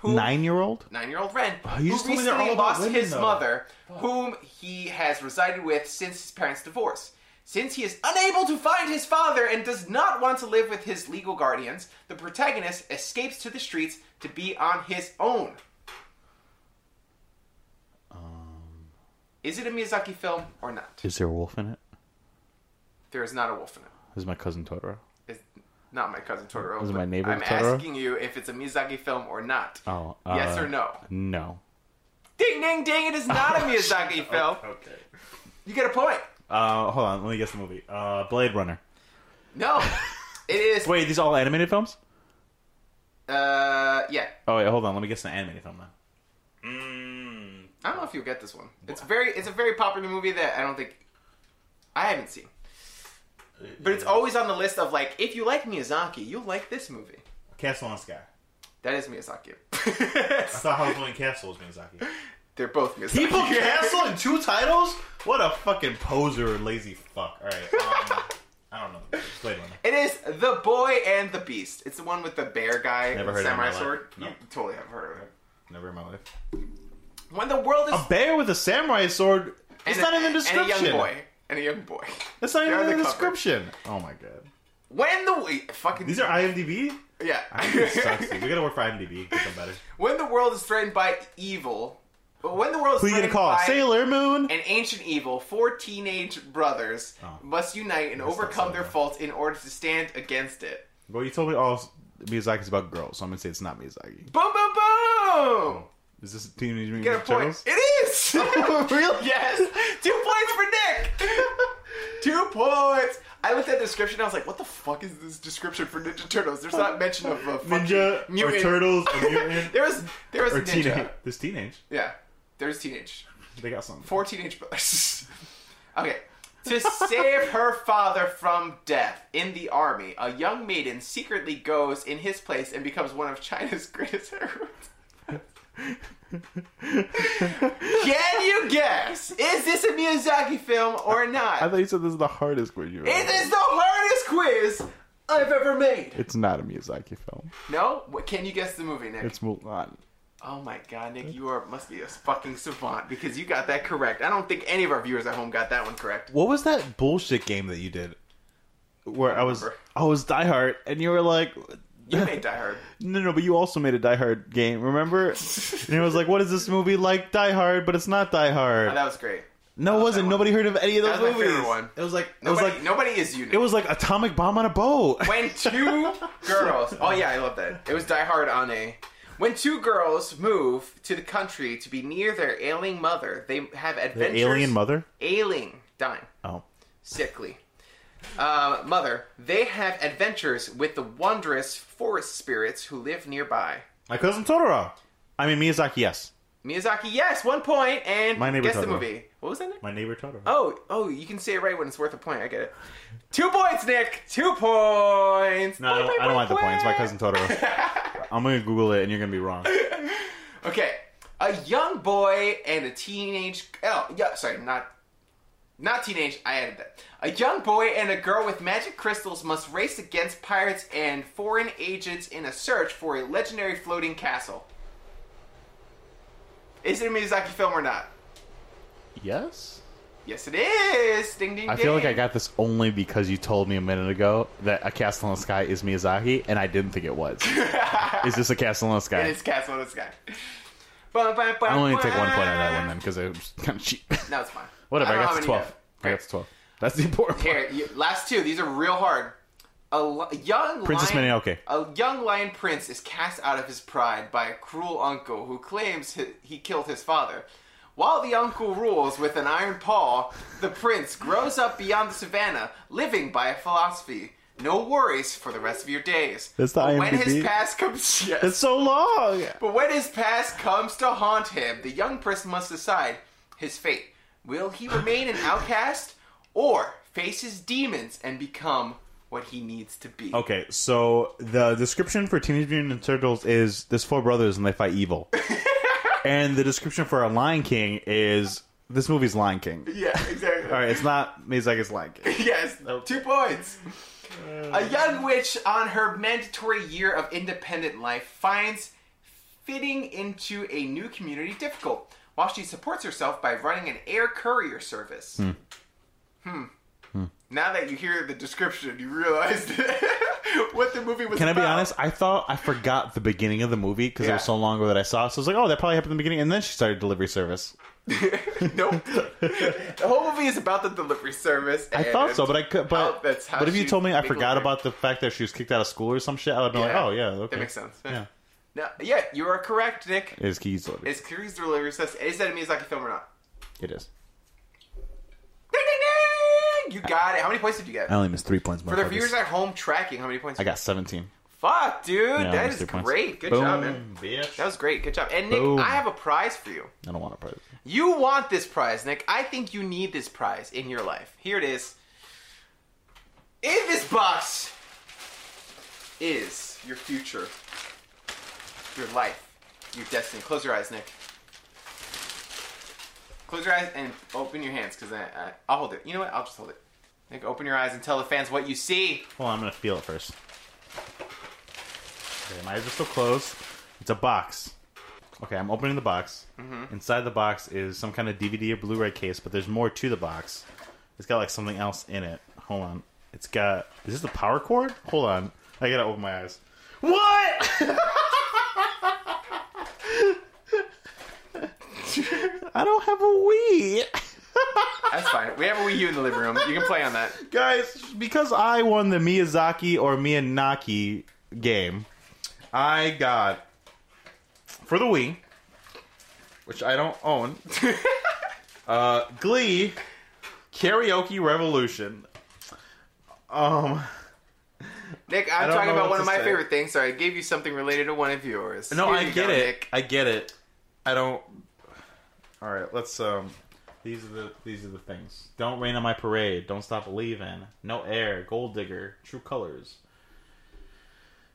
Speaker 1: Who,
Speaker 2: Nine year old.
Speaker 1: Nine-year-old Ren,
Speaker 2: you
Speaker 1: who
Speaker 2: Oh, just told me they're
Speaker 1: recently
Speaker 2: all about
Speaker 1: lost
Speaker 2: women,
Speaker 1: his
Speaker 2: though.
Speaker 1: mother, whom he has resided with since his parents' divorce. Since he is unable to find his father and does not want to live with his legal guardians, the protagonist escapes to the streets to be on his own.
Speaker 2: Um.
Speaker 1: is it a Miyazaki film or not?
Speaker 2: Is there a wolf in it?
Speaker 1: There is not a wolf in it.
Speaker 2: Is my cousin Totoro?
Speaker 1: is not my cousin Totoro.
Speaker 2: Was it
Speaker 1: but
Speaker 2: my neighbor
Speaker 1: I'm
Speaker 2: Totoro?
Speaker 1: asking you if it's a Miyazaki film or not.
Speaker 2: Oh, uh,
Speaker 1: yes or no?
Speaker 2: No.
Speaker 1: Ding, ding, ding! It is not
Speaker 2: [LAUGHS]
Speaker 1: a Miyazaki film.
Speaker 2: Okay.
Speaker 1: You get a point.
Speaker 2: Uh, hold on. Let me guess the movie. Uh, Blade Runner. [LAUGHS]
Speaker 1: No, it is.
Speaker 2: Wait, these are all animated films?
Speaker 1: Uh, yeah.
Speaker 2: Oh wait, hold on. Let me guess an animated film now.
Speaker 1: I don't know if you'll get this one. It's very, it's a very popular movie that I don't think I haven't seen. But
Speaker 2: Uh,
Speaker 1: it's always on the list of like, if you like Miyazaki, you'll like this movie.
Speaker 2: Castle on Sky.
Speaker 1: That is Miyazaki. [LAUGHS]
Speaker 2: I thought Howl's Moving Castle was Miyazaki.
Speaker 1: They're both Miyazaki.
Speaker 2: [LAUGHS] People Castle in two titles? What a fucking poser, lazy fuck. All right. Um, I don't know. Blade Runner.
Speaker 1: [LAUGHS] It is The Boy and the Beast. It's the one with the bear guy,
Speaker 2: Never
Speaker 1: with
Speaker 2: heard of it in
Speaker 1: samurai
Speaker 2: my life.
Speaker 1: sword.
Speaker 2: No.
Speaker 1: You totally have heard of it.
Speaker 2: Never in my life.
Speaker 1: When the world is
Speaker 2: A bear with a samurai sword. It's
Speaker 1: and
Speaker 2: not
Speaker 1: a-
Speaker 2: even a description.
Speaker 1: And a young boy. And a young boy. [LAUGHS]
Speaker 2: It's not
Speaker 1: They're
Speaker 2: even
Speaker 1: on
Speaker 2: a
Speaker 1: the cover.
Speaker 2: description. Oh my god.
Speaker 1: When the wait, fucking
Speaker 2: These are IMDb.
Speaker 1: [LAUGHS]
Speaker 2: This
Speaker 1: yeah.
Speaker 2: sucks, dude. We gotta work for IMDb. Get them
Speaker 1: [LAUGHS]
Speaker 2: better.
Speaker 1: when the world is threatened by evil, but when the world is
Speaker 2: Who you gonna
Speaker 1: threatened
Speaker 2: call?
Speaker 1: by
Speaker 2: Sailor Moon.
Speaker 1: an ancient evil, four teenage brothers
Speaker 2: Oh.
Speaker 1: must unite and
Speaker 2: That's not
Speaker 1: overcome their
Speaker 2: Sailor Moon.
Speaker 1: faults in order to stand against it.
Speaker 2: Well, you told me all Miyazaki's about girls, so I'm gonna say it's not Miyazaki.
Speaker 1: Boom, boom, boom!
Speaker 2: Is this Teenage Mutant
Speaker 1: Get a
Speaker 2: Ninja
Speaker 1: point.
Speaker 2: Turtles?
Speaker 1: It is! [LAUGHS]
Speaker 2: [LAUGHS] really?
Speaker 1: Yes! Two points for Nick! [LAUGHS] Two points! I looked at the description and I was like, what the fuck is this description for Ninja Turtles? There's not mention of a fucking
Speaker 2: [LAUGHS] Ninja or
Speaker 1: mutant.
Speaker 2: turtles
Speaker 1: [LAUGHS]
Speaker 2: or mutant
Speaker 1: There was, there was
Speaker 2: or
Speaker 1: ninja.
Speaker 2: teenage? This teenage.
Speaker 1: Yeah. There's teenage.
Speaker 2: They got something.
Speaker 1: Four teenage brothers. [LAUGHS] okay. To save her father from death in the army, a young maiden secretly goes in his place and becomes one of China's [LAUGHS] greatest heroines. Can you guess? Is this a Miyazaki film or not?
Speaker 2: I thought you said this is the hardest quiz you've
Speaker 1: it
Speaker 2: ever.
Speaker 1: is the hardest quiz I've ever made.
Speaker 2: It's not a Miyazaki film.
Speaker 1: No? What- Can you guess the movie, Nick?
Speaker 2: It's Mulan.
Speaker 1: Oh my god, Nick, you are must be a fucking savant because you got that correct. I don't think any of our viewers at home got that one correct.
Speaker 2: What was that bullshit game that you did? Where I was,
Speaker 1: remember.
Speaker 2: I was Die Hard, and you were like, [LAUGHS]
Speaker 1: You made Die Hard.
Speaker 2: No, no, but you also made a Die Hard
Speaker 1: [LAUGHS]
Speaker 2: game, remember? and it was like, what is this movie like? Die Hard, but it's not Die
Speaker 1: Oh,
Speaker 2: Hard.
Speaker 1: that was great.
Speaker 2: no, it wasn't.
Speaker 1: one.
Speaker 2: Nobody heard of any of those
Speaker 1: That was my
Speaker 2: movies.
Speaker 1: favorite one.
Speaker 2: It was like, it was
Speaker 1: Nobody,
Speaker 2: like,
Speaker 1: nobody is you. Nick.
Speaker 2: it was like Atomic Bomb on a Boat.
Speaker 1: when
Speaker 2: [LAUGHS]
Speaker 1: two girls. Oh yeah, I love that. It was Die Hard on a. When two girls move to the country to be near their ailing mother, they have adventures.
Speaker 2: The alien mother.
Speaker 1: Ailing, dying,
Speaker 2: Oh,
Speaker 1: sickly. Um, mother, they have adventures with the wondrous forest spirits who live nearby.
Speaker 2: my cousin Totoro. I mean, Miyazaki, yes.
Speaker 1: Miyazaki, yes, one point, and
Speaker 2: My Neighbor
Speaker 1: guess the
Speaker 2: Totoro.
Speaker 1: movie. What was that? Nick?
Speaker 2: My neighbor Totoro.
Speaker 1: Oh, oh, you can say it right when it's worth a point. I get it. Two points, Nick. Two points.
Speaker 2: no, I
Speaker 1: Boing,
Speaker 2: don't, I
Speaker 1: boing,
Speaker 2: don't like the
Speaker 1: boing,
Speaker 2: point. It's my
Speaker 1: boing.
Speaker 2: cousin Totoro.
Speaker 1: [LAUGHS]
Speaker 2: I'm gonna Google it, and you're gonna be wrong.
Speaker 1: Okay, a young boy and a teenage. Oh, yeah, sorry, not. Not teenage, I added that. A young boy and a girl with magic crystals must race against pirates and foreign agents in a search for a legendary floating castle. Is it a Miyazaki film or not?
Speaker 2: Yes.
Speaker 1: Yes, it is. Ding, ding,
Speaker 2: I
Speaker 1: ding.
Speaker 2: feel like I got this only because you told me a minute ago that A Castle in the Sky is Miyazaki, and I didn't think
Speaker 1: [LAUGHS]
Speaker 2: it was. is this A Castle in the Sky?
Speaker 1: It is Castle in the Sky. Bum, bum, bum,
Speaker 2: I only take one point
Speaker 1: bum.
Speaker 2: on that one then because it was kind of cheap. [LAUGHS]
Speaker 1: No, it's fine.
Speaker 2: Whatever, I,
Speaker 1: don't
Speaker 2: got
Speaker 1: know
Speaker 2: to
Speaker 1: how many
Speaker 2: 12.
Speaker 1: you
Speaker 2: I got to 12. That's the important
Speaker 1: have.
Speaker 2: part.
Speaker 1: Here, you, last two. These are real hard. A li- young
Speaker 2: Princess
Speaker 1: lion,
Speaker 2: Mononoke.
Speaker 1: A young lion prince is cast out of his pride by a cruel uncle who claims hi he killed his father. While the uncle rules with an iron paw, the prince grows up beyond the savannah, living by a philosophy. No worries for the rest of your days.
Speaker 2: That's the
Speaker 1: But When his
Speaker 2: IMDb.
Speaker 1: past comes, [LAUGHS] yes.
Speaker 2: It's so long.
Speaker 1: But when his past comes to haunt him, the young person must decide his fate. Will he remain an outcast or face his demons and become what he needs to be?
Speaker 2: Okay, so the description for Teenage Mutant Ninja Turtles is there's four brothers and they fight evil.
Speaker 1: [LAUGHS]
Speaker 2: and the description for a Lion King is this movie's Lion King.
Speaker 1: Yeah, exactly.
Speaker 2: All right, it's not Miyazaki's Lion King.
Speaker 1: Yes, two points.
Speaker 2: Uh.
Speaker 1: A young witch on her mandatory year of independent life finds fitting into a new community difficult while she supports herself by running an air courier service. Hmm.
Speaker 2: Hmm.
Speaker 1: Now that you hear the description, you realize [LAUGHS] what the movie was
Speaker 2: Can I be
Speaker 1: about.
Speaker 2: honest? I thought I forgot the beginning of the movie because it was
Speaker 1: Yeah.
Speaker 2: so long ago that I saw. it. So I was like, oh, that probably happened in the beginning. And then she started delivery service.
Speaker 1: [LAUGHS] Nope. the whole movie is about the delivery service.
Speaker 2: I thought so, but I could. But
Speaker 1: how- that's how
Speaker 2: but if you
Speaker 1: she's
Speaker 2: told me I
Speaker 1: big
Speaker 2: forgot
Speaker 1: leader.
Speaker 2: about the fact that she was kicked out of school or some shit, I would be like, oh yeah, okay,
Speaker 1: That makes sense.
Speaker 2: Yeah,
Speaker 1: No, yeah, you are correct, Nick.
Speaker 2: it is keys delivery.
Speaker 1: Is Kiri's delivery service is that a Miyazaki film or not?
Speaker 2: It is.
Speaker 1: Ding ding ding! You got it. How many points did you get?
Speaker 2: I only missed three points.
Speaker 1: For the viewers at home tracking, how many points?
Speaker 2: I got seventeen.
Speaker 1: Fuck, dude,
Speaker 2: Yeah, I
Speaker 1: that
Speaker 2: missed
Speaker 1: is
Speaker 2: three points.
Speaker 1: great. Good
Speaker 2: Boom,
Speaker 1: job, man.
Speaker 2: bitch.
Speaker 1: That was great. Good job. And Nick,
Speaker 2: Boom.
Speaker 1: I have a prize for you.
Speaker 2: I don't want a prize.
Speaker 1: You want this prize, Nick. I think you need this prize in your life. Here it is. In this box is your future, your life, your destiny. Close your eyes, Nick. Close your eyes and open your hands, because I, I, I'll hold it. You know what? I'll just hold it. Nick, open your eyes and tell the fans what you see.
Speaker 2: Hold on, I'm gonna feel it first. Okay, my eyes are still closed. It's a box. Okay, I'm opening the box.
Speaker 1: Mm-hmm.
Speaker 2: Inside the box is some kind of DVD or Blu-ray case, but there's more to the box. It's got like something else in it. Hold on. It's got. Is this the power cord? Hold on. I gotta open my eyes. What? [LAUGHS] I don't have a Wii.
Speaker 1: That's fine. We have a Wii U in the living room. You can play on that.
Speaker 2: Guys, because I won the Miyazaki or Miyanaki game, I got for the Wii, which I don't own, uh, Glee, Karaoke Revolution. Um,
Speaker 1: Nick,
Speaker 2: I
Speaker 1: I'm
Speaker 2: don't
Speaker 1: talking
Speaker 2: know
Speaker 1: about one
Speaker 2: what to
Speaker 1: of my
Speaker 2: say.
Speaker 1: favorite things, so I gave you something related to one of yours.
Speaker 2: no,
Speaker 1: Here
Speaker 2: I
Speaker 1: you
Speaker 2: get
Speaker 1: go,
Speaker 2: it.
Speaker 1: Nick.
Speaker 2: I get it. I don't. All right, let's. Um, these are the these are the things. Don't rain on my parade. Don't stop believing. No air. Gold digger. True colors.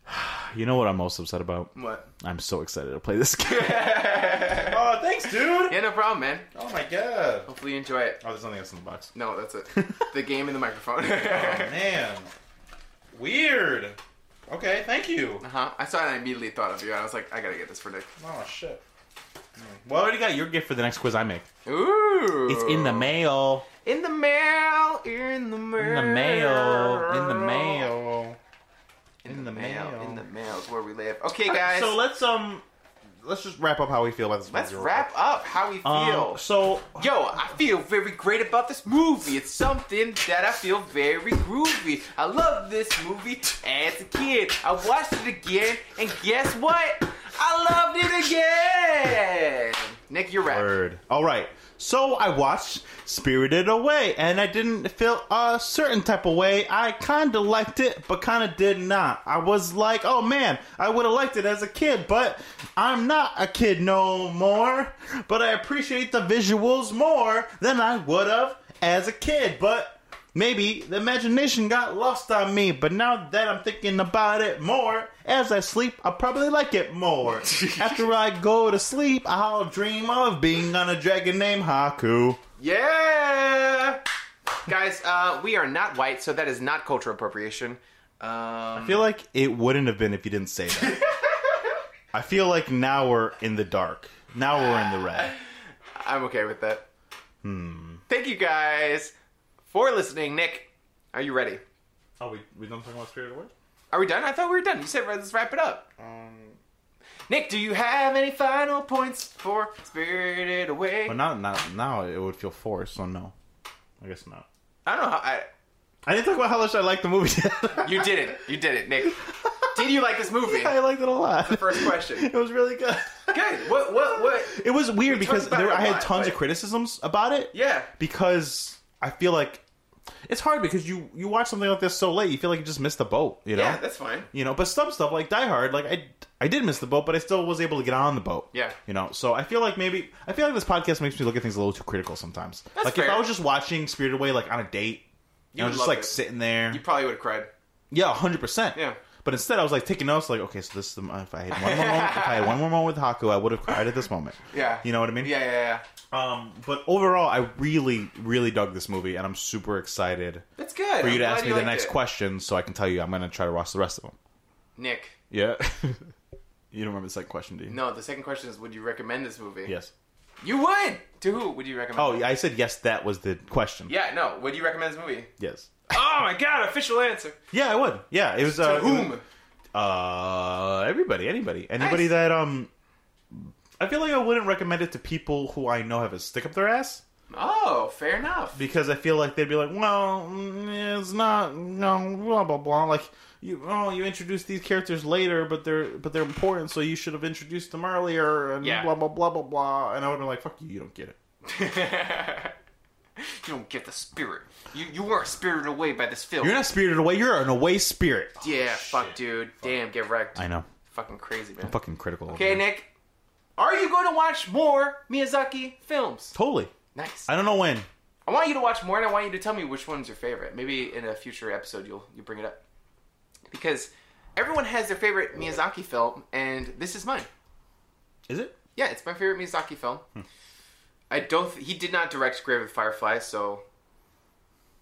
Speaker 2: [SIGHS] You know what I'm most upset about?
Speaker 1: What?
Speaker 2: I'm so excited to play this [LAUGHS] game. oh, thanks,
Speaker 1: [LAUGHS]
Speaker 2: dude.
Speaker 1: Yeah, no problem, man.
Speaker 2: Oh my god.
Speaker 1: Hopefully you enjoy it.
Speaker 2: Oh, there's nothing else in the box.
Speaker 1: No, that's
Speaker 2: [LAUGHS]
Speaker 1: it. the game and the microphone.
Speaker 2: Oh,
Speaker 1: [LAUGHS]
Speaker 2: Man, weird. Okay, thank you.
Speaker 1: huh? Uh-huh. I saw it and I immediately thought of you, and I was like, I gotta get this for Nick.
Speaker 2: Oh shit. Well, I already got your gift for the next quiz I make.
Speaker 1: Ooh!
Speaker 2: It's in the mail.
Speaker 1: In the mail. In the mail.
Speaker 2: In the mail. In the mail.
Speaker 1: In the mail. In the mail is where we live. Okay, guys.
Speaker 2: So let's um, let's just wrap up how we feel about this.
Speaker 1: let's
Speaker 2: movie real
Speaker 1: wrap up how we
Speaker 2: quick. Um,
Speaker 1: feel.
Speaker 2: so
Speaker 1: Yo, I feel very great about this movie. It's something that I feel very groovy. I love this movie as a kid. I watched it again, and guess what? I loved it again. Nick, you're right.
Speaker 2: Word. All right. So I watched Spirited Away, and I didn't feel a certain type of way. I kind of liked it, but kind of did not. I was like, oh man, I would have liked it as a kid, but I'm not a kid no more. But I appreciate the visuals more than I would have as a kid, but maybe the imagination got lost on me. But now that I'm thinking about it more, as I sleep, I probably like it [LAUGHS] more. After I go to sleep, I'll dream of being on a dragon named Haku.
Speaker 1: Yeah, guys, uh, we are not white, so that is not cultural appropriation. Um,
Speaker 2: I feel like it wouldn't have been if you didn't say [LAUGHS] that. I feel like now we're in the dark. Now we're in the red.
Speaker 1: I'm okay with that. Hmm. Thank you guys for listening. Nick, are you ready?
Speaker 2: Oh, we we done talking about Spirit of War?
Speaker 1: Are we done? I thought we were done. You said let's wrap it up. Nick, do you have any final points for Spirited Away?
Speaker 2: But not now. Now it would feel forced. So no, I guess not.
Speaker 1: I don't know how. I,
Speaker 2: I didn't talk about how much I like the movie. [LAUGHS]
Speaker 1: you did it. You did it, Nick. Did you like this movie?
Speaker 2: I liked it a lot. The
Speaker 1: first question.
Speaker 2: [LAUGHS] It was really good.
Speaker 1: Good. What? What? What?
Speaker 2: It was weird
Speaker 1: We talked
Speaker 2: because
Speaker 1: about
Speaker 2: there,
Speaker 1: it a
Speaker 2: I had
Speaker 1: lot,
Speaker 2: tons of
Speaker 1: but-
Speaker 2: criticisms about it.
Speaker 1: Yeah.
Speaker 2: Because I feel like it's hard because you you watch something like this so late, you feel like you just missed the boat. You know.
Speaker 1: Yeah, that's fine.
Speaker 2: you know, but some stuff like Die Hard, like I, I did miss the boat, but I still was able to get on the boat.
Speaker 1: Yeah.
Speaker 2: you know, so I feel like maybe I feel like this podcast makes me look at things a little too critical sometimes. like if
Speaker 1: fair.
Speaker 2: I was just watching Spirited Away, like on a date, you know,
Speaker 1: would
Speaker 2: just
Speaker 1: love
Speaker 2: like
Speaker 1: it.
Speaker 2: sitting there,
Speaker 1: You probably would have cried.
Speaker 2: yeah, hundred percent.
Speaker 1: Yeah.
Speaker 2: But instead, I was like taking notes, like, okay, so this is the, if I had one more moment, if I had one more moment with Haku, I would have cried at this moment.
Speaker 1: [LAUGHS] Yeah.
Speaker 2: you know what I mean.
Speaker 1: Yeah, yeah, yeah.
Speaker 2: Um, but overall, I really, really dug this movie, and I'm super excited
Speaker 1: That's good.
Speaker 2: for
Speaker 1: I'm
Speaker 2: you to
Speaker 1: glad
Speaker 2: ask me the
Speaker 1: liked
Speaker 2: next
Speaker 1: it.
Speaker 2: question, so I can tell you I'm going to try to watch the rest of them.
Speaker 1: Nick,
Speaker 2: Yeah. [LAUGHS] you don't remember the second question, do you?
Speaker 1: no, the second question is would you recommend this movie?
Speaker 2: Yes.
Speaker 1: You would! To who would you recommend?
Speaker 2: Oh, I said yes. That was the question.
Speaker 1: Yeah, no. Would you recommend this movie?
Speaker 2: Yes.
Speaker 1: Oh my god, official answer.
Speaker 2: Yeah, I would. Yeah, it was uh,
Speaker 1: To
Speaker 2: it
Speaker 1: whom?
Speaker 2: was- uh, everybody, anybody, anybody
Speaker 1: Nice.
Speaker 2: that um. I feel like I wouldn't recommend it to people who I know have a stick up their ass
Speaker 1: Oh, fair enough.
Speaker 2: because I feel like they'd be like, "Well, mm, it's not no blah blah blah." Like you, oh, you introduced these characters later, but they're but they're important, so you should have introduced them earlier, and
Speaker 1: Yeah.
Speaker 2: blah blah blah blah blah. And I would be like, "Fuck you, you don't get it."
Speaker 1: [LAUGHS] you don't get the spirit. You you weren't spirited away by this film.
Speaker 2: You're not spirited away. You're an away spirit.
Speaker 1: yeah, fuck, dude. Damn, get wrecked.
Speaker 2: I know.
Speaker 1: Fucking crazy, man.
Speaker 2: Fucking critical. over
Speaker 1: Okay,
Speaker 2: here.
Speaker 1: Nick. Are you going to watch more Miyazaki films?
Speaker 2: Totally.
Speaker 1: Nice.
Speaker 2: I don't know when.
Speaker 1: I want you to watch more, and I want you to tell me which one's your favorite. Maybe in a future episode, you'll you bring it up because everyone has their favorite Miyazaki film, and this is mine.
Speaker 2: Is it?
Speaker 1: Yeah, it's my favorite Miyazaki film.
Speaker 2: Hmm.
Speaker 1: I don't. Th- he did not direct Grave of Fireflies, so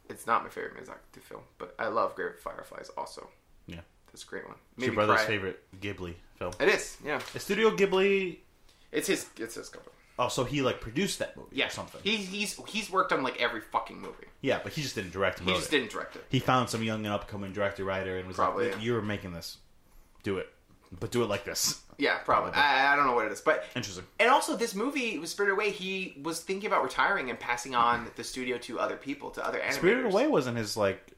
Speaker 1: it's not my favorite Miyazaki film. But I love Grave of Fireflies also.
Speaker 2: Yeah.
Speaker 1: That's a great one.
Speaker 2: It's
Speaker 1: Made
Speaker 2: your
Speaker 1: me
Speaker 2: brother's
Speaker 1: cry.
Speaker 2: favorite Ghibli film.
Speaker 1: It is. Yeah,
Speaker 2: Is Studio Ghibli.
Speaker 1: it's his. It's his company.
Speaker 2: Oh, so he like produced that movie
Speaker 1: Yeah,
Speaker 2: or something.
Speaker 1: He, he's he's worked on like every fucking movie.
Speaker 2: yeah, but he just didn't direct. And
Speaker 1: He
Speaker 2: wrote
Speaker 1: just
Speaker 2: it.
Speaker 1: didn't direct it.
Speaker 2: He found some young and upcoming director writer and was
Speaker 1: Probably,
Speaker 2: like,
Speaker 1: yeah.
Speaker 2: "You're making this. Do it, but do it like this." [LAUGHS]
Speaker 1: Yeah, probably.
Speaker 2: Probably.
Speaker 1: I, I don't know what it is, but
Speaker 2: Interesting.
Speaker 1: And also, this movie was Spirited Away. He was thinking about retiring and passing on the studio to other people, to other animators.
Speaker 2: Spirited Away wasn't his like.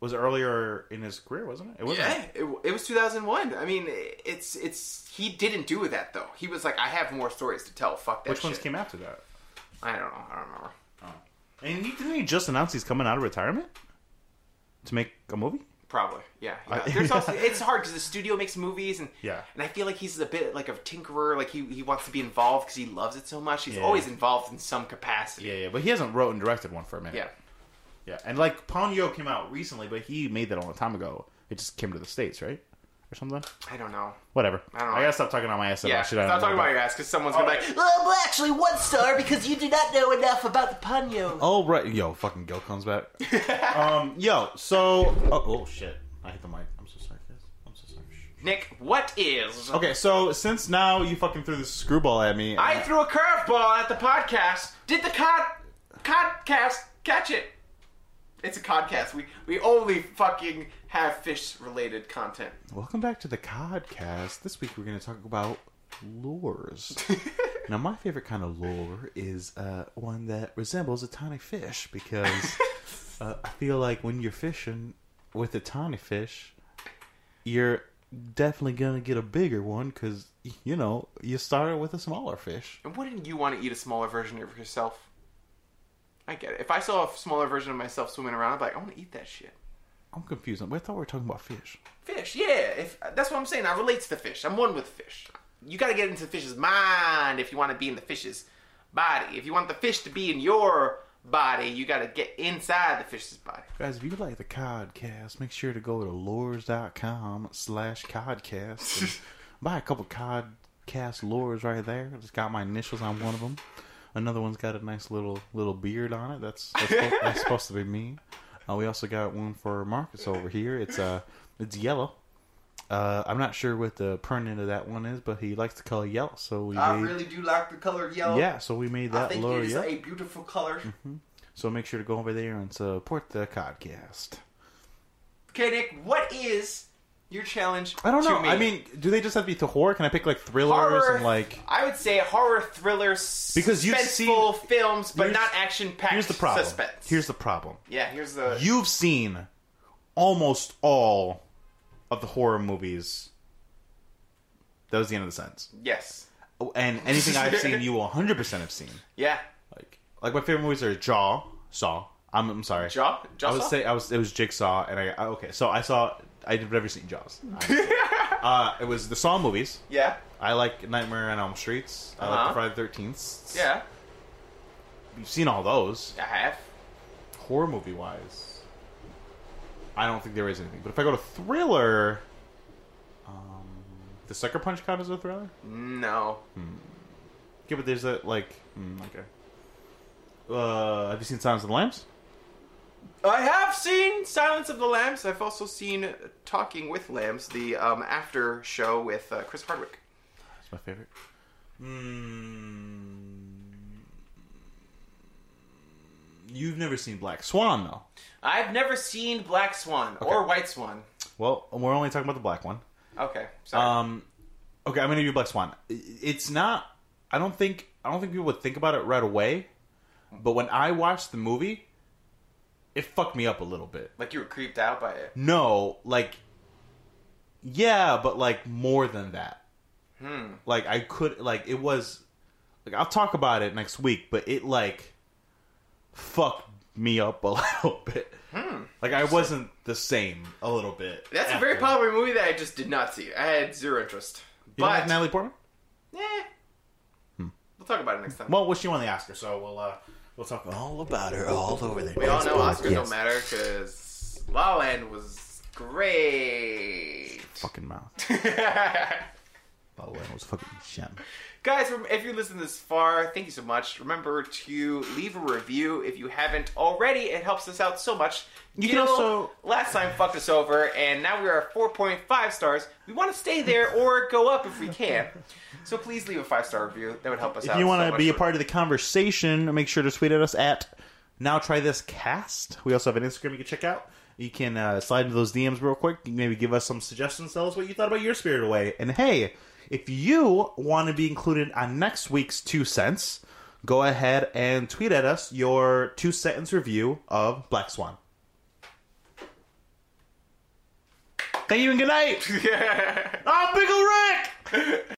Speaker 2: Was earlier in his career, wasn't it? It wasn't.
Speaker 1: Yeah, it, it was 2001. I mean, it's it's he didn't do that though. He was like, I have more stories to tell. Fuck that.
Speaker 2: Which ones
Speaker 1: shit.
Speaker 2: came after that?
Speaker 1: I don't know. I don't remember.
Speaker 2: And he, didn't he just announce he's coming out of retirement to make a movie?
Speaker 1: Probably. Yeah. yeah.
Speaker 2: I- [LAUGHS]
Speaker 1: There's also it's hard because the studio makes movies and
Speaker 2: Yeah.
Speaker 1: and I feel like he's a bit like a tinkerer. Like he he wants to be involved because he loves it so much. He's
Speaker 2: Yeah.
Speaker 1: always involved in some capacity.
Speaker 2: Yeah, yeah, but he hasn't wrote and directed one for a minute.
Speaker 1: Yeah.
Speaker 2: Yeah, and like Ponyo came out recently, but he made that a long time ago. It just came to the states, right, or something.
Speaker 1: I don't know.
Speaker 2: Whatever. I,
Speaker 1: I don't know.
Speaker 2: gotta stop talking about my ass about
Speaker 1: Yeah,
Speaker 2: shit. I
Speaker 1: stop
Speaker 2: don't know
Speaker 1: talking about your ass because someone's gonna be like,
Speaker 8: Well, actually, one star because you do not know enough about the punyo.
Speaker 2: Oh right, yo, fucking Gil comes back. um, yo, so oh, oh shit, I hit the mic. I'm so sorry, guys. I'm so sorry. Shh.
Speaker 1: Nick, what is?
Speaker 2: Okay, so since now you fucking threw this screwball at me,
Speaker 1: I threw a curveball at the podcast. Did the cod codcast catch it? It's a codcast. We we only fucking have fish related content.
Speaker 2: welcome back to the podcast. This week we're gonna talk about lures. now, my favorite kind of lure is uh, one that resembles a tiny fish because uh, I feel like when you're fishing with a tiny fish, you're definitely gonna get a bigger one because you know you started with a smaller fish.
Speaker 1: And wouldn't you want to eat a smaller version of yourself? I get it. If I saw a smaller version of myself swimming around, I'd be like, I want to eat that shit.
Speaker 2: I'm confused. I thought we were talking about fish.
Speaker 1: Fish, yeah. If that's what I'm saying, I relate to the fish. I'm one with fish. You got to get into the fish's mind if you want to be in the fish's body. If you want the fish to be in your body, you got to get inside the fish's body.
Speaker 2: Guys, if you like the codcast, make sure to go to lures.com slash
Speaker 1: [LAUGHS]
Speaker 2: codcast. and buy a couple codcast lures right there. It's got my initials on one of them. Another one's got a nice little little beard on it. That's
Speaker 1: [LAUGHS]
Speaker 2: that's, supposed- that's supposed to be me. Uh, we also got one for Marcus over here. It's uh it's yellow. Uh, I'm not sure what the pronoun of that one is, but he likes the color yellow. So we
Speaker 1: I
Speaker 2: made,
Speaker 1: Ah, really do like the color yellow.
Speaker 2: yeah, Hmm. so we made
Speaker 1: I
Speaker 2: that
Speaker 1: think
Speaker 2: lure
Speaker 1: it is
Speaker 2: yellow.
Speaker 1: a beautiful color.
Speaker 2: So make sure to go over there and support the podcast.
Speaker 1: Okay, Nick, what is your challenge?
Speaker 2: I don't
Speaker 1: to
Speaker 2: know.
Speaker 1: me?
Speaker 2: I mean, do they just have to be to horror? Can I pick like thrillers
Speaker 1: horror.
Speaker 2: and like?
Speaker 1: I would say horror thrillers,
Speaker 2: Because you've
Speaker 1: suspenseful films, but
Speaker 2: here's-
Speaker 1: not action packed.
Speaker 2: Here's the problem.
Speaker 1: Suspense.
Speaker 2: Here's the problem.
Speaker 1: yeah. Here's the
Speaker 2: You've seen almost all of the horror movies. That was the end of the sentence.
Speaker 1: yes.
Speaker 2: Oh, And anything I've seen, you 100 percent have seen.
Speaker 1: Yeah.
Speaker 2: Like, like my favorite movies are Jaw, Saw. I'm, I'm sorry.
Speaker 1: Jaw. Jaw.
Speaker 2: I would say I was. It was Jigsaw, and I I- okay. So I saw. I've never
Speaker 1: [LAUGHS]
Speaker 2: seen Jaws. honestly. uh, it was the Saw movies.
Speaker 1: Yeah.
Speaker 2: I like Nightmare on Elm Streets. I like
Speaker 1: Uh-huh.
Speaker 2: the Friday Thirteenth.
Speaker 1: Yeah.
Speaker 2: you've seen all those
Speaker 1: I have.
Speaker 2: horror movie wise. I don't think there is anything. But if I go to thriller, um, the Sucker Punch count as a thriller.
Speaker 1: No.
Speaker 2: Yeah, but there's that like mm, okay. Uh, have you seen Silence of the Lambs?
Speaker 1: I have seen Silence of the Lambs. I've also seen Talking with Lambs, the um, after show with uh, Chris Hardwick.
Speaker 2: That's my favorite. Hmm. You've never seen Black Swan, though.
Speaker 1: I've never seen Black Swan or White Swan.
Speaker 2: Well, we're only talking about the black one.
Speaker 1: Okay. Sorry.
Speaker 2: Um, okay, I'm gonna do Black Swan. It's not. I don't think. I don't think people would think about it right away. But when I watched the movie, it fucked me up a little bit.
Speaker 1: like you were creeped out by it.
Speaker 2: No, like, yeah, but like more than that.
Speaker 1: Hmm.
Speaker 2: Like I could. Like it was. Like I'll talk about it next week, but it like fucked me up a [LAUGHS] little bit. Like I wasn't the same a little bit.
Speaker 1: Hmm. That's a
Speaker 2: after.
Speaker 1: very popular movie that I just did not see. I had zero interest.
Speaker 2: You don't
Speaker 1: But
Speaker 2: like Natalie Portman.
Speaker 1: eh, we'll talk about it next time.
Speaker 2: Well, well, she won the Oscar, so we'll uh, we'll talk all about her all over the.
Speaker 1: we all know Oscars don't matter because La Land was great.
Speaker 2: [LAUGHS] Fucking mouth.
Speaker 1: [LAUGHS]
Speaker 2: By the way, it was fucking shit.
Speaker 1: Guys, rem- if you listen this far, thank you so much. Remember to leave a review if you haven't already. It helps us out so much. You
Speaker 2: can also-
Speaker 1: last time fucked us over, and now we are 4.5 stars. We want to stay there or go up if we can. So please leave a five star review. That would help us out.
Speaker 2: If you want to
Speaker 1: so
Speaker 2: be a
Speaker 1: much.
Speaker 2: part of the conversation, make sure to tweet at us at now try this cast. We also have an Instagram you can check out. You can uh, slide into those DMs real quick. You can maybe give us some suggestions. Tell us what you thought about your spirit away. And hey, if you want to be included on next week's two cents, go ahead and tweet at us your two sentence review of Black Swan.
Speaker 1: [LAUGHS]
Speaker 2: [LAUGHS] Thank you and good night. I'm Pickle Rick.